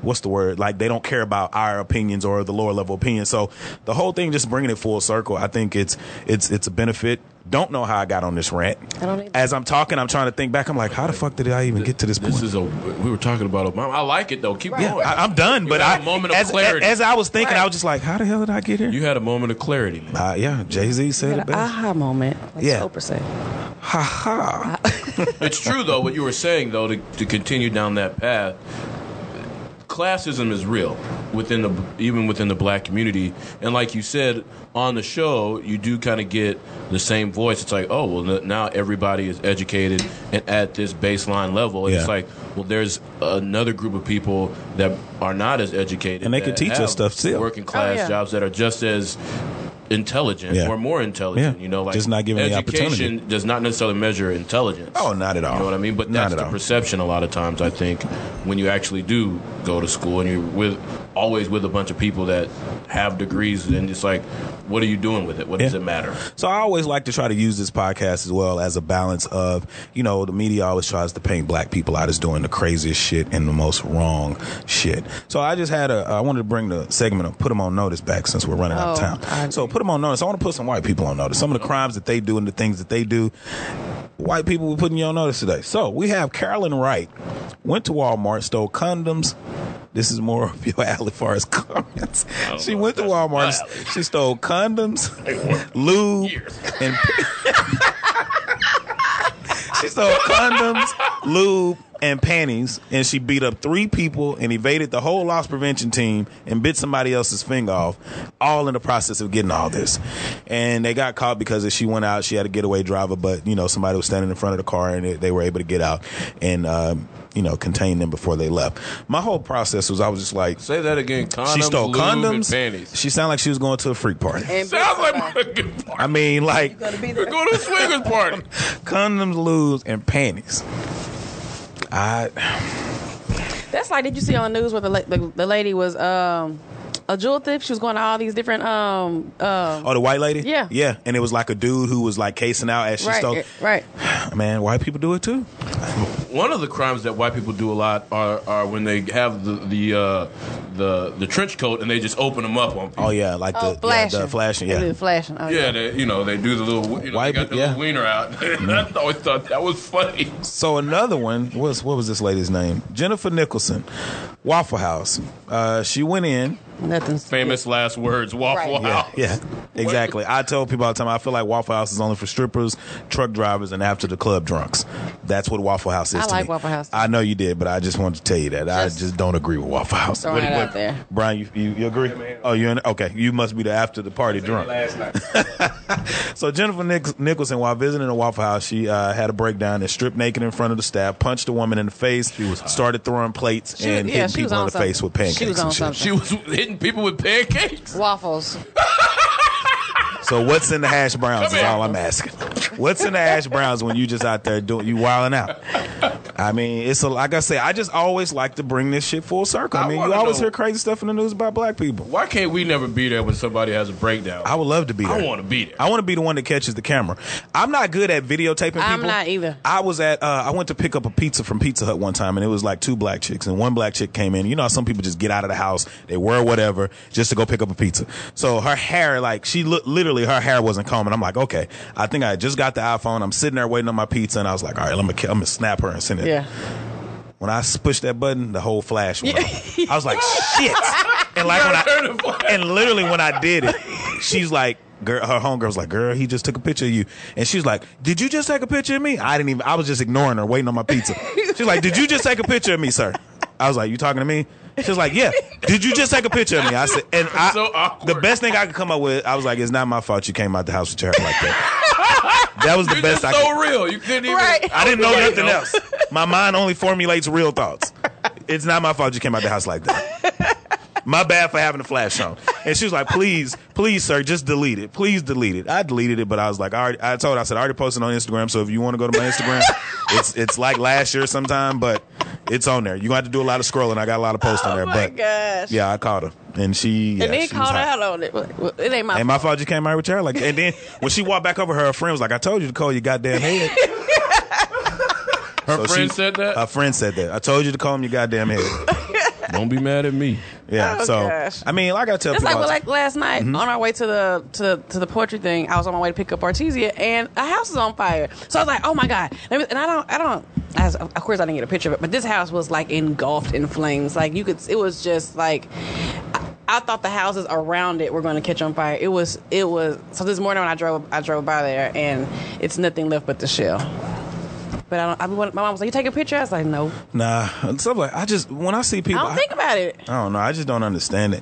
S3: what's the word? Like they don't care about our opinions or the lower level opinions. So the whole thing, just bringing it full circle, I think it's it's it's a benefit. Don't know how I got on this rant. I
S5: don't either.
S3: As I'm talking, I'm trying to think back. I'm like, how the fuck did I even get to this point?
S4: This is a. We were talking about Obama. I like it though. Keep going.
S3: I, I'm done.
S4: You
S3: But
S4: had
S3: I,
S4: a moment of
S3: as,
S4: clarity.
S3: as I was thinking, I
S5: Right.
S3: was just like, how the hell did I get here?
S4: you had a moment of clarity, man.
S3: uh, yeah, Jay Z said it
S5: An
S3: best.
S5: aha moment, like
S3: Yeah.
S5: Oprah said.
S4: It's true though what you were saying though to, to continue down that path. Classism is real within the even within the black community, and like you said on the show, you do kind of get the same voice. It's like, oh well, n- now everybody is educated and at this baseline level. And It's
S3: Yeah.
S4: like, well, there's another group of people that are not as educated,
S3: And they can
S4: that
S3: teach us
S4: have
S3: stuff still.
S4: Working class
S5: Oh, yeah.
S4: jobs that are just as intelligent
S3: Yeah.
S4: or more intelligent.
S3: Yeah.
S4: You know, like
S3: Just not given the
S4: education
S3: opportunity.
S4: does not necessarily measure intelligence.
S3: Oh, not at all.
S4: You know what I mean? But
S3: Not
S4: that's
S3: at
S4: the
S3: all.
S4: perception a lot of times. I think when you actually do go to school and you're with always with a bunch of people that have degrees, and it's like, what are you doing with it? What does
S3: Yeah.
S4: it matter?
S3: So I always like to try to use this podcast as well as a balance of, you know, the media always tries to paint black people out as doing the craziest shit and the most wrong shit. So I just had a, I wanted to bring the segment of put them on notice back since we're running out
S5: Oh,
S3: of
S5: I
S3: time. So put them on notice. I want to put some white people on notice. Some of the crimes that they do and the things that they do. White people were putting you on notice today. So we have Carolyn Wright went to Walmart, stole condoms. This is more of your alley far as comments.
S4: don't
S3: She
S4: know
S3: went to
S4: if Oh, that's my
S3: Walmart.
S4: alley.
S3: She stole condoms, lube,
S4: Years.
S3: and she stole condoms, lube, and panties, and she beat up three people and evaded the whole loss prevention team and bit somebody else's finger off, all in the process of getting all this. And they got caught because as she went out, she had a getaway driver, but you know somebody was standing in front of the car and they- they were able to get out and um, you know contain them before they left. My whole process was I was just like.
S4: Say that again. Condoms,
S3: She stole
S4: lube,
S3: condoms.
S4: and panties.
S3: She sounded like she was going to a freak party.
S5: And
S4: Sounds like a good party.
S3: I mean, like
S1: Gonna be
S4: We're
S1: there.
S4: going to a swingers party.
S3: condoms, lubes, and panties. I
S5: That's like, did you see on the news where the, la- the, the lady was um, a jewel thief. She was going to all these different um um
S3: Oh, the white lady.
S5: Yeah.
S3: yeah. And it was like a dude who was like casing out as she
S5: right
S3: stole.
S5: right.
S3: Man, white people do it too.
S4: One of the crimes that white people do a lot are, are when they have the the, uh, the the trench coat and they just open them up on people.
S3: Oh yeah, like
S5: Oh,
S3: the
S5: flashing.
S3: Yeah, the flashing.
S5: They do
S3: Yeah.
S5: the flashing. Oh,
S4: Yeah, they, you know they do the little you know,
S3: Wipe
S4: they
S3: it,
S4: got the
S3: yeah.
S4: little wiener out. I always thought that was funny.
S3: So another one was what was this lady's name? Jennifer Nicholson, Waffle House. Uh, she went in.
S5: Nothing's
S4: Famous last words, Waffle
S5: Right.
S4: House.
S3: Yeah, exactly. I tell people all the time. I feel like Waffle House is only for strippers, truck drivers, and after the club drunks. That's what Waffle House is.
S5: I
S3: to
S5: like
S3: me.
S5: Waffle House.
S3: I know you did, but I just wanted to tell you that I
S5: Just-
S3: just don't agree with Waffle House.
S5: throwing it out there.
S3: Brian, you, you, you agree? Oh, you in? Okay, you must be the after the party drunk. So Jennifer Nich- Nicholson, while visiting a Waffle House, she uh, had a breakdown and stripped naked in front of the staff, punched a woman in the face, she was started throwing plates
S5: She-
S3: and
S5: yeah,
S3: hitting
S5: she was
S3: people in
S5: on
S3: the
S5: something.
S3: face with pancakes.
S5: She was on
S3: and shit.
S5: something.
S4: She was hitting people with pancakes.
S5: Waffles.
S3: So what's in the hash browns
S4: Come
S3: is
S4: here.
S3: all I'm asking. What's in the hash browns when you just out there doing you wilding out? I mean, it's a, like I say, I just always like to bring this shit full circle. I
S4: I
S3: mean, you
S4: wanna
S3: always
S4: know-
S3: hear crazy stuff in the news about black people.
S4: Why can't we never be there when somebody has a breakdown?
S3: I would love to be there.
S4: I wanna be there.
S3: I want to be the one that catches the camera. I'm not good at videotaping
S5: I'm
S3: people.
S5: not either.
S3: I was at uh, I went to pick up a pizza from Pizza Hut one time, and it was like two black chicks, and one black chick came in. You know, how some people just get out of the house, they wear whatever just to go pick up a pizza. So her hair, like she looked literally, her hair wasn't combing. I'm like, okay, I think I just got the iPhone. I'm sitting there waiting on my pizza, and I was like, all right, I'm gonna, I'm gonna snap her and send it.
S5: Yeah.
S3: When I pushed that button, the whole flash went off. I was like, shit. And like when
S4: Turn the
S3: I,
S4: flash.
S3: and literally when I did it, she's like, girl, her homegirl was like, girl, he just took a picture of you. And she's like, did you just take a picture of me? I didn't even, I was just ignoring her, waiting on my pizza. She's like, did you just take a picture of me, sir? I was like, you talking to me? She's like, yeah. Did you just take a picture of me? I said, and I,
S4: So awkward.
S3: the best thing I could come up with, I was like, it's not my fault you came out the house with your hair like that. That was the
S4: You're
S3: best
S4: just
S3: I could.
S4: so real. You couldn't even.
S5: Right.
S3: I didn't know nothing else. My mind only formulates real thoughts. It's not my fault you came out the house like that. My bad for having a flash on. And she was like, please, please, sir, just delete it. Please delete it. I deleted it, but I was like, I, already, I told her, I said, I already posted on Instagram, so if you want to go to my Instagram, it's it's like last year sometime, but it's on there. You're going to have to do a lot of scrolling. I got a lot of posts on there.
S5: Oh my
S3: but
S5: gosh.
S3: Yeah, I caught her. And she. yeah,
S5: and then
S3: she was
S5: called her
S3: hot.
S5: out on it. Like, well, It ain't my.
S3: Ain't my fault you came out with your hair like that. And then when she walked back over, her friend was like, I told you to call your goddamn head.
S4: Her
S3: So
S4: friend
S3: she-
S4: said that.
S3: A friend said that. I told you to comb your goddamn head.
S4: Don't be mad at me.
S3: Yeah.
S5: Oh,
S3: so
S5: gosh.
S3: I mean, like I tell people,
S5: It's like
S3: all
S5: well,
S3: the
S5: like last night on our way to the to to the poetry thing. I was on my way to pick up Artesia, and a house is on fire. So I was like, "Oh my god!" Let me- And I don't, I don't. As, of course, I didn't get a picture of it, but this house was like engulfed in flames. Like you could, it was just like. I, I thought the houses around it were going to catch on fire. It was, it was. So this morning when I drove, I drove by there, and it's nothing left but the shell. But I don't. I, my mom was like, "You take a picture?" I was like, "No,
S3: nah. and Stuff like I just when I see
S5: I
S3: people,
S5: don't think about it."
S3: I don't know. I just don't understand it.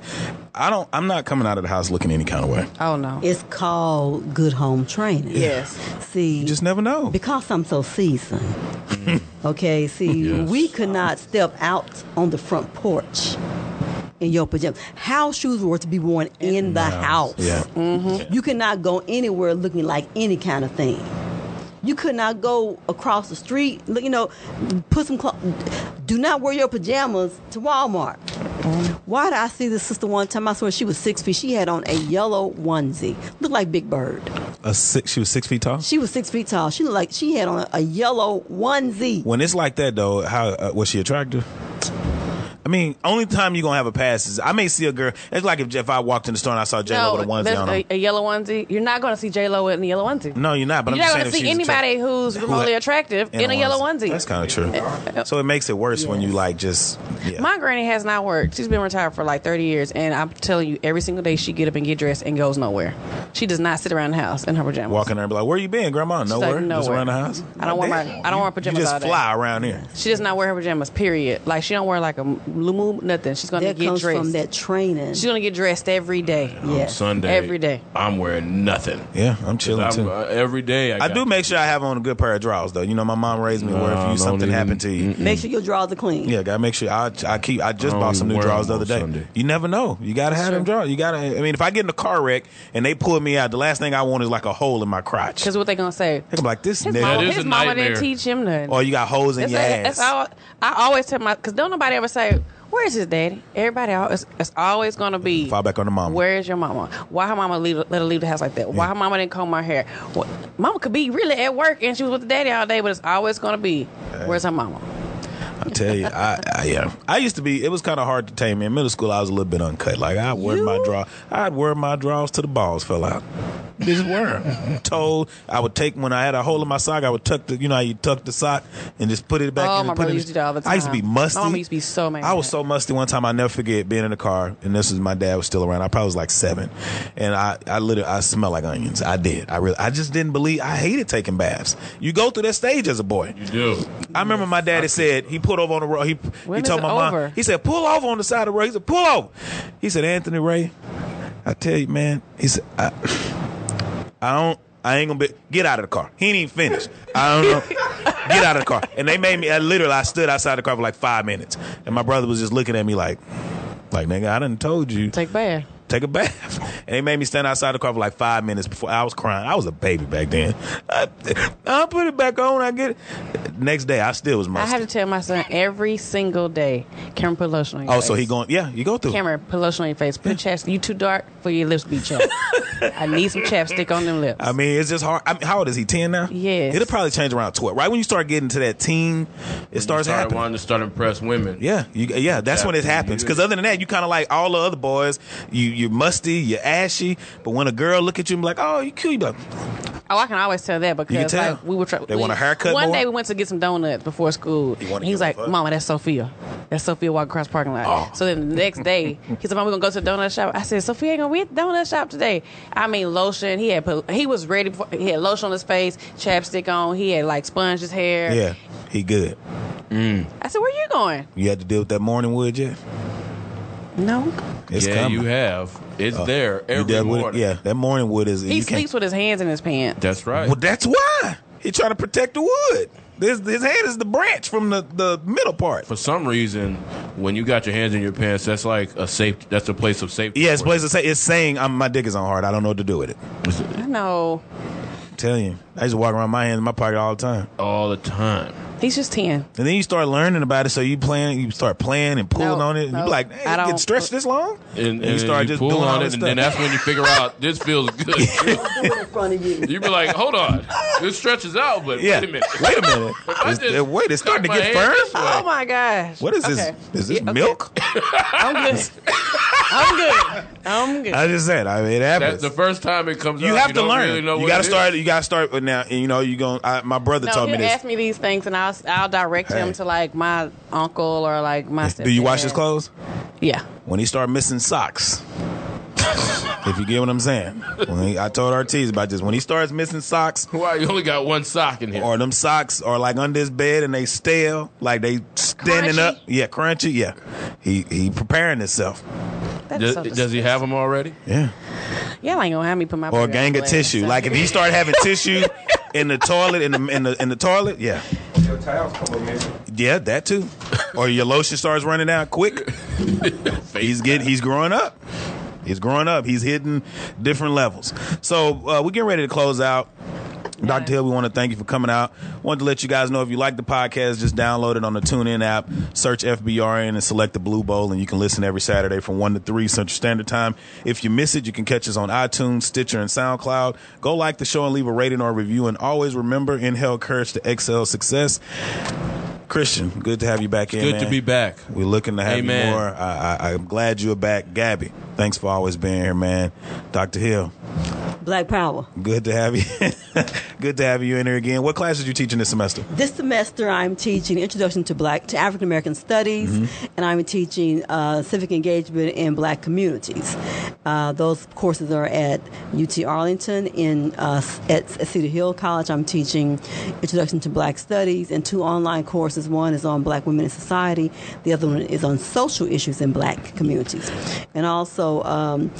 S3: I don't. I'm not coming out of the house looking any kind of way.
S5: Oh no.
S1: It's called good home training.
S5: Yes.
S1: See,
S3: You just never know. Mm.
S1: because I'm so seasoned. okay, see,
S4: Yes.
S1: we could not step out on the front porch in your pajamas. House shoes were to be worn in the house.
S3: Yeah.
S5: Mm-hmm.
S1: You could not go anywhere looking like any kind of thing. You could not go across the street, look- you know, put some clothes. Do not wear your pajamas to Walmart.
S5: Mm-hmm.
S1: Why did I see this sister one time? I swear she was six feet. She had on a yellow onesie. Looked like Big Bird.
S3: A six. She was six feet tall.
S1: She was six feet tall. She looked like she had on a, a yellow onesie.
S3: When it's like that though, how uh, was she attractive? I mean, only time you gonna have a pass is I may see a girl. It's like if, if I walked in the store and I saw J Lo with a onesie
S5: there's
S3: on.
S5: a,
S3: her.
S5: a yellow onesie. You're not going to see J Lo in a yellow onesie.
S3: No, you're not. But
S5: you're
S3: I'm just
S5: not going to
S3: saying if
S5: see
S3: she's
S5: anybody
S3: attract-
S5: who's remotely attractive in, a yellow onesie.
S3: That's kind of true. So it makes it worse when you like just. Yeah.
S5: My granny has not worked. She's been retired for like 30 years, and I'm telling you, every single day she get up and get dressed and goes nowhere. She does not sit around the house in her pajamas.
S3: walking there and be like, "Where you been, Grandma?
S5: like,
S3: Nowhere, just
S5: "Nowhere."
S3: around the house."
S5: I don't wear my-
S3: Goddamn.
S5: I don't wear
S3: You-
S5: pajamas
S3: You
S5: all
S3: just
S5: day.
S3: fly around here.
S5: She does not wear her pajamas. Period. Like she don't wear like a lumu nothing. She's going to
S1: That
S5: get
S1: comes from
S5: dressed.
S1: that training.
S5: She's going to get dressed every day.
S1: Yeah.
S4: Oh, Sunday.
S5: Every day.
S4: I'm wearing nothing.
S3: Yeah, I'm chilling
S4: I'm,
S3: too.
S4: uh, every day. I,
S3: I
S4: got
S3: do make sure I have on a good pair of drawers though. You know, my mom raised me where
S4: Nah,
S3: if you
S4: don't
S3: something
S4: even-
S3: happened to you.
S1: Make sure your drawers are clean.
S3: Yeah, gotta make sure. I I keep. I just
S4: I don't
S3: bought some
S4: even
S3: new
S4: wear
S3: drawers the
S4: them
S3: other
S4: on
S3: day.
S4: Sunday.
S3: You never know. You gotta have them drawers. You gotta. I mean, if I get in a car wreck and they pull me out, the last thing I want is like a hole in my crotch.
S5: Because what they going to say?
S3: I'm like this
S5: His mama,
S4: it
S3: nigga,
S4: is
S5: his
S4: a
S5: mama
S4: nightmare.
S5: didn't teach him nothing.
S3: or you Oh, got holes in
S5: It's
S3: your
S5: a-
S3: ass.
S5: it's all- I always tell my because don't nobody ever say Where's his daddy? Everybody, al- it's, it's always gonna be
S3: Fall back on the mama.
S5: Where is your mama? Why her mama leave, let her leave the house like that? Why her mama didn't comb her hair? What, mama could be really at work and she was with the daddy all day, but it's always gonna be where's her mama?
S3: I tell you, I, I yeah. I used to be. It was kind of hard to tame me in middle school. I was a little bit uncut. Like I wear my draw. I'd wear my draws till the balls fell out. Just wear 'em. Told I would take when I had a hole in my sock. I would tuck the you know how you tuck the sock and just put it back.
S5: Oh,
S3: in
S5: my
S3: and put
S5: brother
S3: it-
S5: used to do that all the
S3: I used to be
S5: time. My
S3: musty.
S5: mama used to be so mad
S3: I
S5: at
S3: was
S5: that.
S3: so musty one time. I never forget being in the car and this was my dad was still around. I probably was like seven, and I I literally I smelled like onions. I did. I really I just didn't believe. I hated taking baths. You go through that stage as a boy.
S4: Dude.
S3: I remember my daddy said he pulled over on the road. He
S5: When
S3: he
S5: is
S3: told
S5: it
S3: my mom.
S5: over?
S3: He said pull over on the side of the road. He said pull over. He said Anthony Ray, I tell you man. He said I, I don't. I ain't gonna be get out of the car. He ain't even finished. I don't know. Get out of the car. And they made me. I literally I stood outside the car for like five minutes, and my brother was just looking at me like, like nigga, I done told you
S5: Take bath.
S3: take a bath. And they made me stand outside the car for like five minutes before I was crying. I was a baby back then. I, I'll put it back on. I get it. Next day, I still was
S5: I
S3: musty.
S5: have to tell my son every single day, Cameron, put lotion on your
S3: oh,
S5: face.
S3: so he going? Yeah, you go through.
S5: Cameron, put lotion on your face. Put chapstick. You too dark for your lips to be chapped. I need some chapstick on them lips.
S3: I mean, it's just hard. I mean, how old is he? Ten now?
S5: Yes.
S3: It'll probably change around twelve. Right when you start getting to that teen, it starts
S4: Started
S3: happening.
S4: wanting to start impress women.
S3: Yeah, you, yeah, that's when it
S4: Exactly.
S3: happens. Because other than that, you kind of like all the other boys. You you're musty, you're ashy. But when a girl look at you and be like, "Oh, you cute," you be like,
S5: Oh, I can always tell that because
S3: tell.
S5: like we were trying.
S3: They want a haircut
S5: One
S3: more?
S5: day we went to get some donuts before school.
S3: You wanna
S5: He's
S3: give a
S5: like,
S3: fuck? Oh.
S5: "Mama, that's Sophia. That's Sophia walking across the parking lot." So then the next day, he said, "Mom, we're gonna go to the donut shop." I said, "Sophia ain't gonna be at the donut shop today." I mean, lotion. He had put, he was ready. For, he had lotion on his face, chapstick on. He had like sponged his hair.
S3: "Yeah, he good."
S5: I said, "Where you going?"
S3: You had to deal with that morning wood yet?
S5: No.
S3: It's
S4: yeah,
S3: coming. Uh,
S4: you have. It's there
S3: You
S4: every
S3: dealt with it?
S4: morning.
S3: Yeah, that morning wood is.
S5: He
S3: you can't-
S5: sleeps with his hands in his pants.
S4: That's right.
S3: Well, that's why he trying to protect the wood. His, his hand is the branch from the, the middle part.
S4: For some reason, when you got your hands in your pants, that's like a safe. That's a place of safety.
S3: Yeah, it's
S4: for you.
S3: place to say it's saying I'm, my dick is on hard. I don't know what to do with it.
S5: I know.
S3: I'm telling you, I used to walk around my hands in my pocket all the time.
S4: all the time.
S5: He's just ten.
S3: And then you start learning about it, so you playing, you start playing and pulling
S5: No,
S3: on it. And you
S5: no,
S3: be like, hey,
S5: I
S3: I
S5: don't-
S3: get stretched this long,
S4: And, and you pull on it, and then that's when you figure out this feels good.
S1: in front of you.
S4: you be like, hold on, this stretches out, but
S3: yeah.
S4: wait a minute.
S3: Wait a minute.
S4: I
S3: Is-
S4: just
S3: wait, it's starting to
S4: tuck my
S3: get
S4: hand
S3: firm.
S4: this
S5: Oh
S4: way.
S5: my gosh.
S3: What is this?
S5: Okay.
S3: Is this
S5: Yeah, okay.
S3: milk?
S5: I'm good. I'm good. I'm good.
S3: I just said, I mean, it happens.
S4: That's the first time it comes.
S3: you
S4: out,
S3: have
S4: you
S3: to
S4: don't
S3: learn.
S4: Really know
S3: you
S4: what
S3: got to
S4: it is.
S3: start. You got to start with now. And you know, you going. to My brother
S5: No,
S3: told me
S5: he'll
S3: this.
S5: ask me these things, and I'll I'll direct
S3: Hey.
S5: him to like my uncle or like my.
S3: Do you wash
S5: stepdad.
S3: his clothes?
S5: Yeah.
S3: When he start missing socks. if you get what I'm saying. When he, I told Ortiz about this. When he starts missing socks
S4: Why you only got one sock in here?
S3: or them socks are like under his bed and they stale, like they standing
S5: Crunchy.
S3: up. Yeah, crunchy. Yeah. He he preparing himself.
S5: That's
S4: does,
S5: so
S4: does he have them already?
S3: Yeah.
S5: Y'all ain't gonna have me put my.
S3: Or a
S5: period
S3: gang of
S5: away.
S3: tissue. Like if he start having tissue in the toilet in the in the in the toilet, yeah. Yeah, that too. Or your lotion starts running out quick. he's getting he's growing up. He's growing up. He's hitting different levels. So uh, we're getting ready to close out. Dr. Hill, we want to thank you for coming out. Wanted to let you guys know if you like the podcast, just download it on the TuneIn app, search FBRN, and select the Blue Bowl, and you can listen every Saturday from 1 to 3 Central Standard Time. If you miss it, you can catch us on iTunes, Stitcher, and SoundCloud. Go like the show and leave a rating or review, and always remember, inhale courage to excel success. Christian, good to have you back here,
S4: Good to
S3: man.
S4: be back.
S3: We're looking to have
S4: Amen.
S3: you more. I, I, I'm glad you're back. Gabby, thanks for always being here, man. Dr. Hill,
S1: Black Power.
S3: good to have you. good to have you in here again. What class are you teaching this semester?
S1: This semester, I'm teaching Introduction to Black to African American Studies, and I'm teaching uh, Civic Engagement in Black Communities. Uh, those courses are at UT Arlington in uh, at Cedar Hill College. I'm teaching Introduction to Black Studies and two online courses. One is on Black women in society. uh, The other one is on social issues in Black communities, and also um,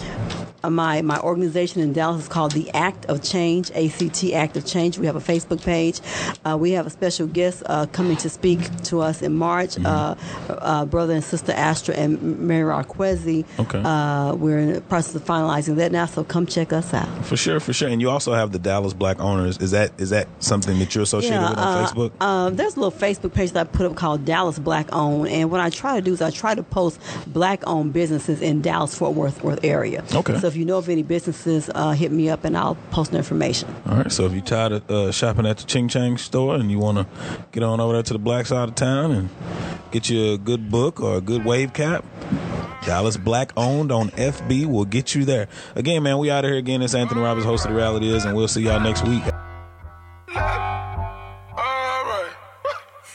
S1: uh, my my organization in Dallas is called the Act of Change, ACT Act of Change. We have a Facebook page. Uh, we have a special guest uh, coming to speak to us in March.
S3: Mm-hmm.
S1: Uh, uh, brother and sister Astra and Mary Arquezi.
S3: Okay.
S1: Uh, we're in the process of finalizing that now, so come check us out.
S3: For sure, for sure. And you also have the Dallas Black Owners. Is that is that something that you're associated with on
S1: uh,
S3: Facebook?
S1: Um, there's a little Facebook page that I put up called Dallas Black Owned, and what I try to do is I try to post black owned businesses in Dallas Fort Worth Worth area.
S3: Okay.
S1: So if you know of any businesses, uh, hit me up and I'll post the information.
S3: All right. So if you're tired of uh, shopping at the Ching Chang store and you want to get on over there to the black side of town and get you a good book or a good wave cap, Dallas Black owned on FB will get you there. Again, man, we out of here again. It's Anthony Roberts, host of the Reality Is, and we'll see y'all next week.
S2: Alright.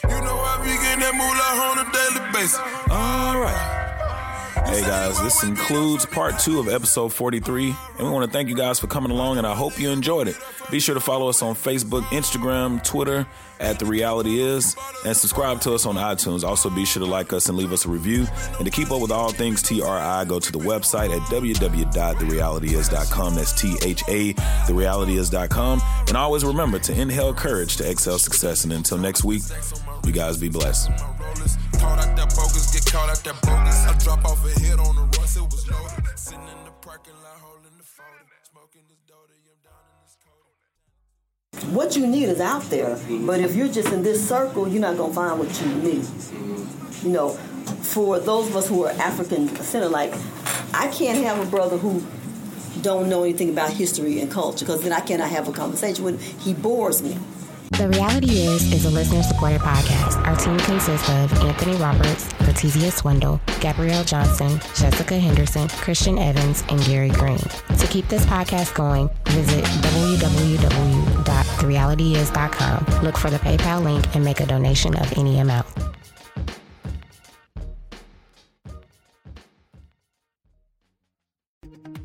S2: You know I be getting that moolah on a daily basis. Alright.
S3: Hey guys, this includes part two of episode 43, and we want to thank you guys for coming along, and I hope you enjoyed it. Be sure to follow us on Facebook, Instagram, Twitter at The Reality Is, and subscribe to us on iTunes. Also, be sure to like us and leave us a review. And to keep up with all things TRI, go to the website at www.therealityis.com. That's T H A, TheRealityIs.com. And always remember to inhale courage to excel success. And until next week, you guys be blessed.
S2: my rollers. Caught out that bogus, get caught out that bogus. I drop off a hit on the Ross, it was loaded. Sitting in the parking lot, holding the phone. Smoking this I'm down in this cold.
S1: What you need is out there, but if you're just in this circle, you're not gonna find what you need. You know, for those of us who are African descendant, like I can't have a brother who don't know anything about history and culture because then I cannot have a conversation with him. He bores me.
S6: The Reality Is is a listener-supported podcast. Our team consists of Anthony Roberts, Letizia Swindle, Gabrielle Johnson, Jessica Henderson, Christian Evans, and Gary Green. To keep this podcast going, visit www.therealityis.com. Look for the PayPal link and make a donation of any amount.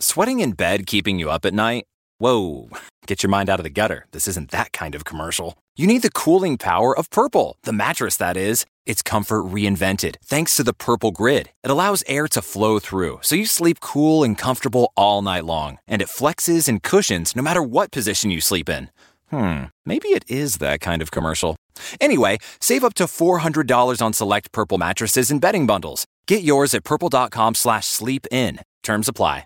S7: Sweating in bed keeping you up at night? Whoa. Get your mind out of the gutter. This isn't that kind of commercial. You need the cooling power of Purple, the mattress that is. It's comfort reinvented thanks to the Purple Grid. It allows air to flow through so you sleep cool and comfortable all night long, and it flexes and cushions no matter what position you sleep in. Hmm, maybe it is that kind of commercial. Anyway, save up to $400 on select Purple mattresses and bedding bundles. Get yours at purple.com/sleep in. Terms apply.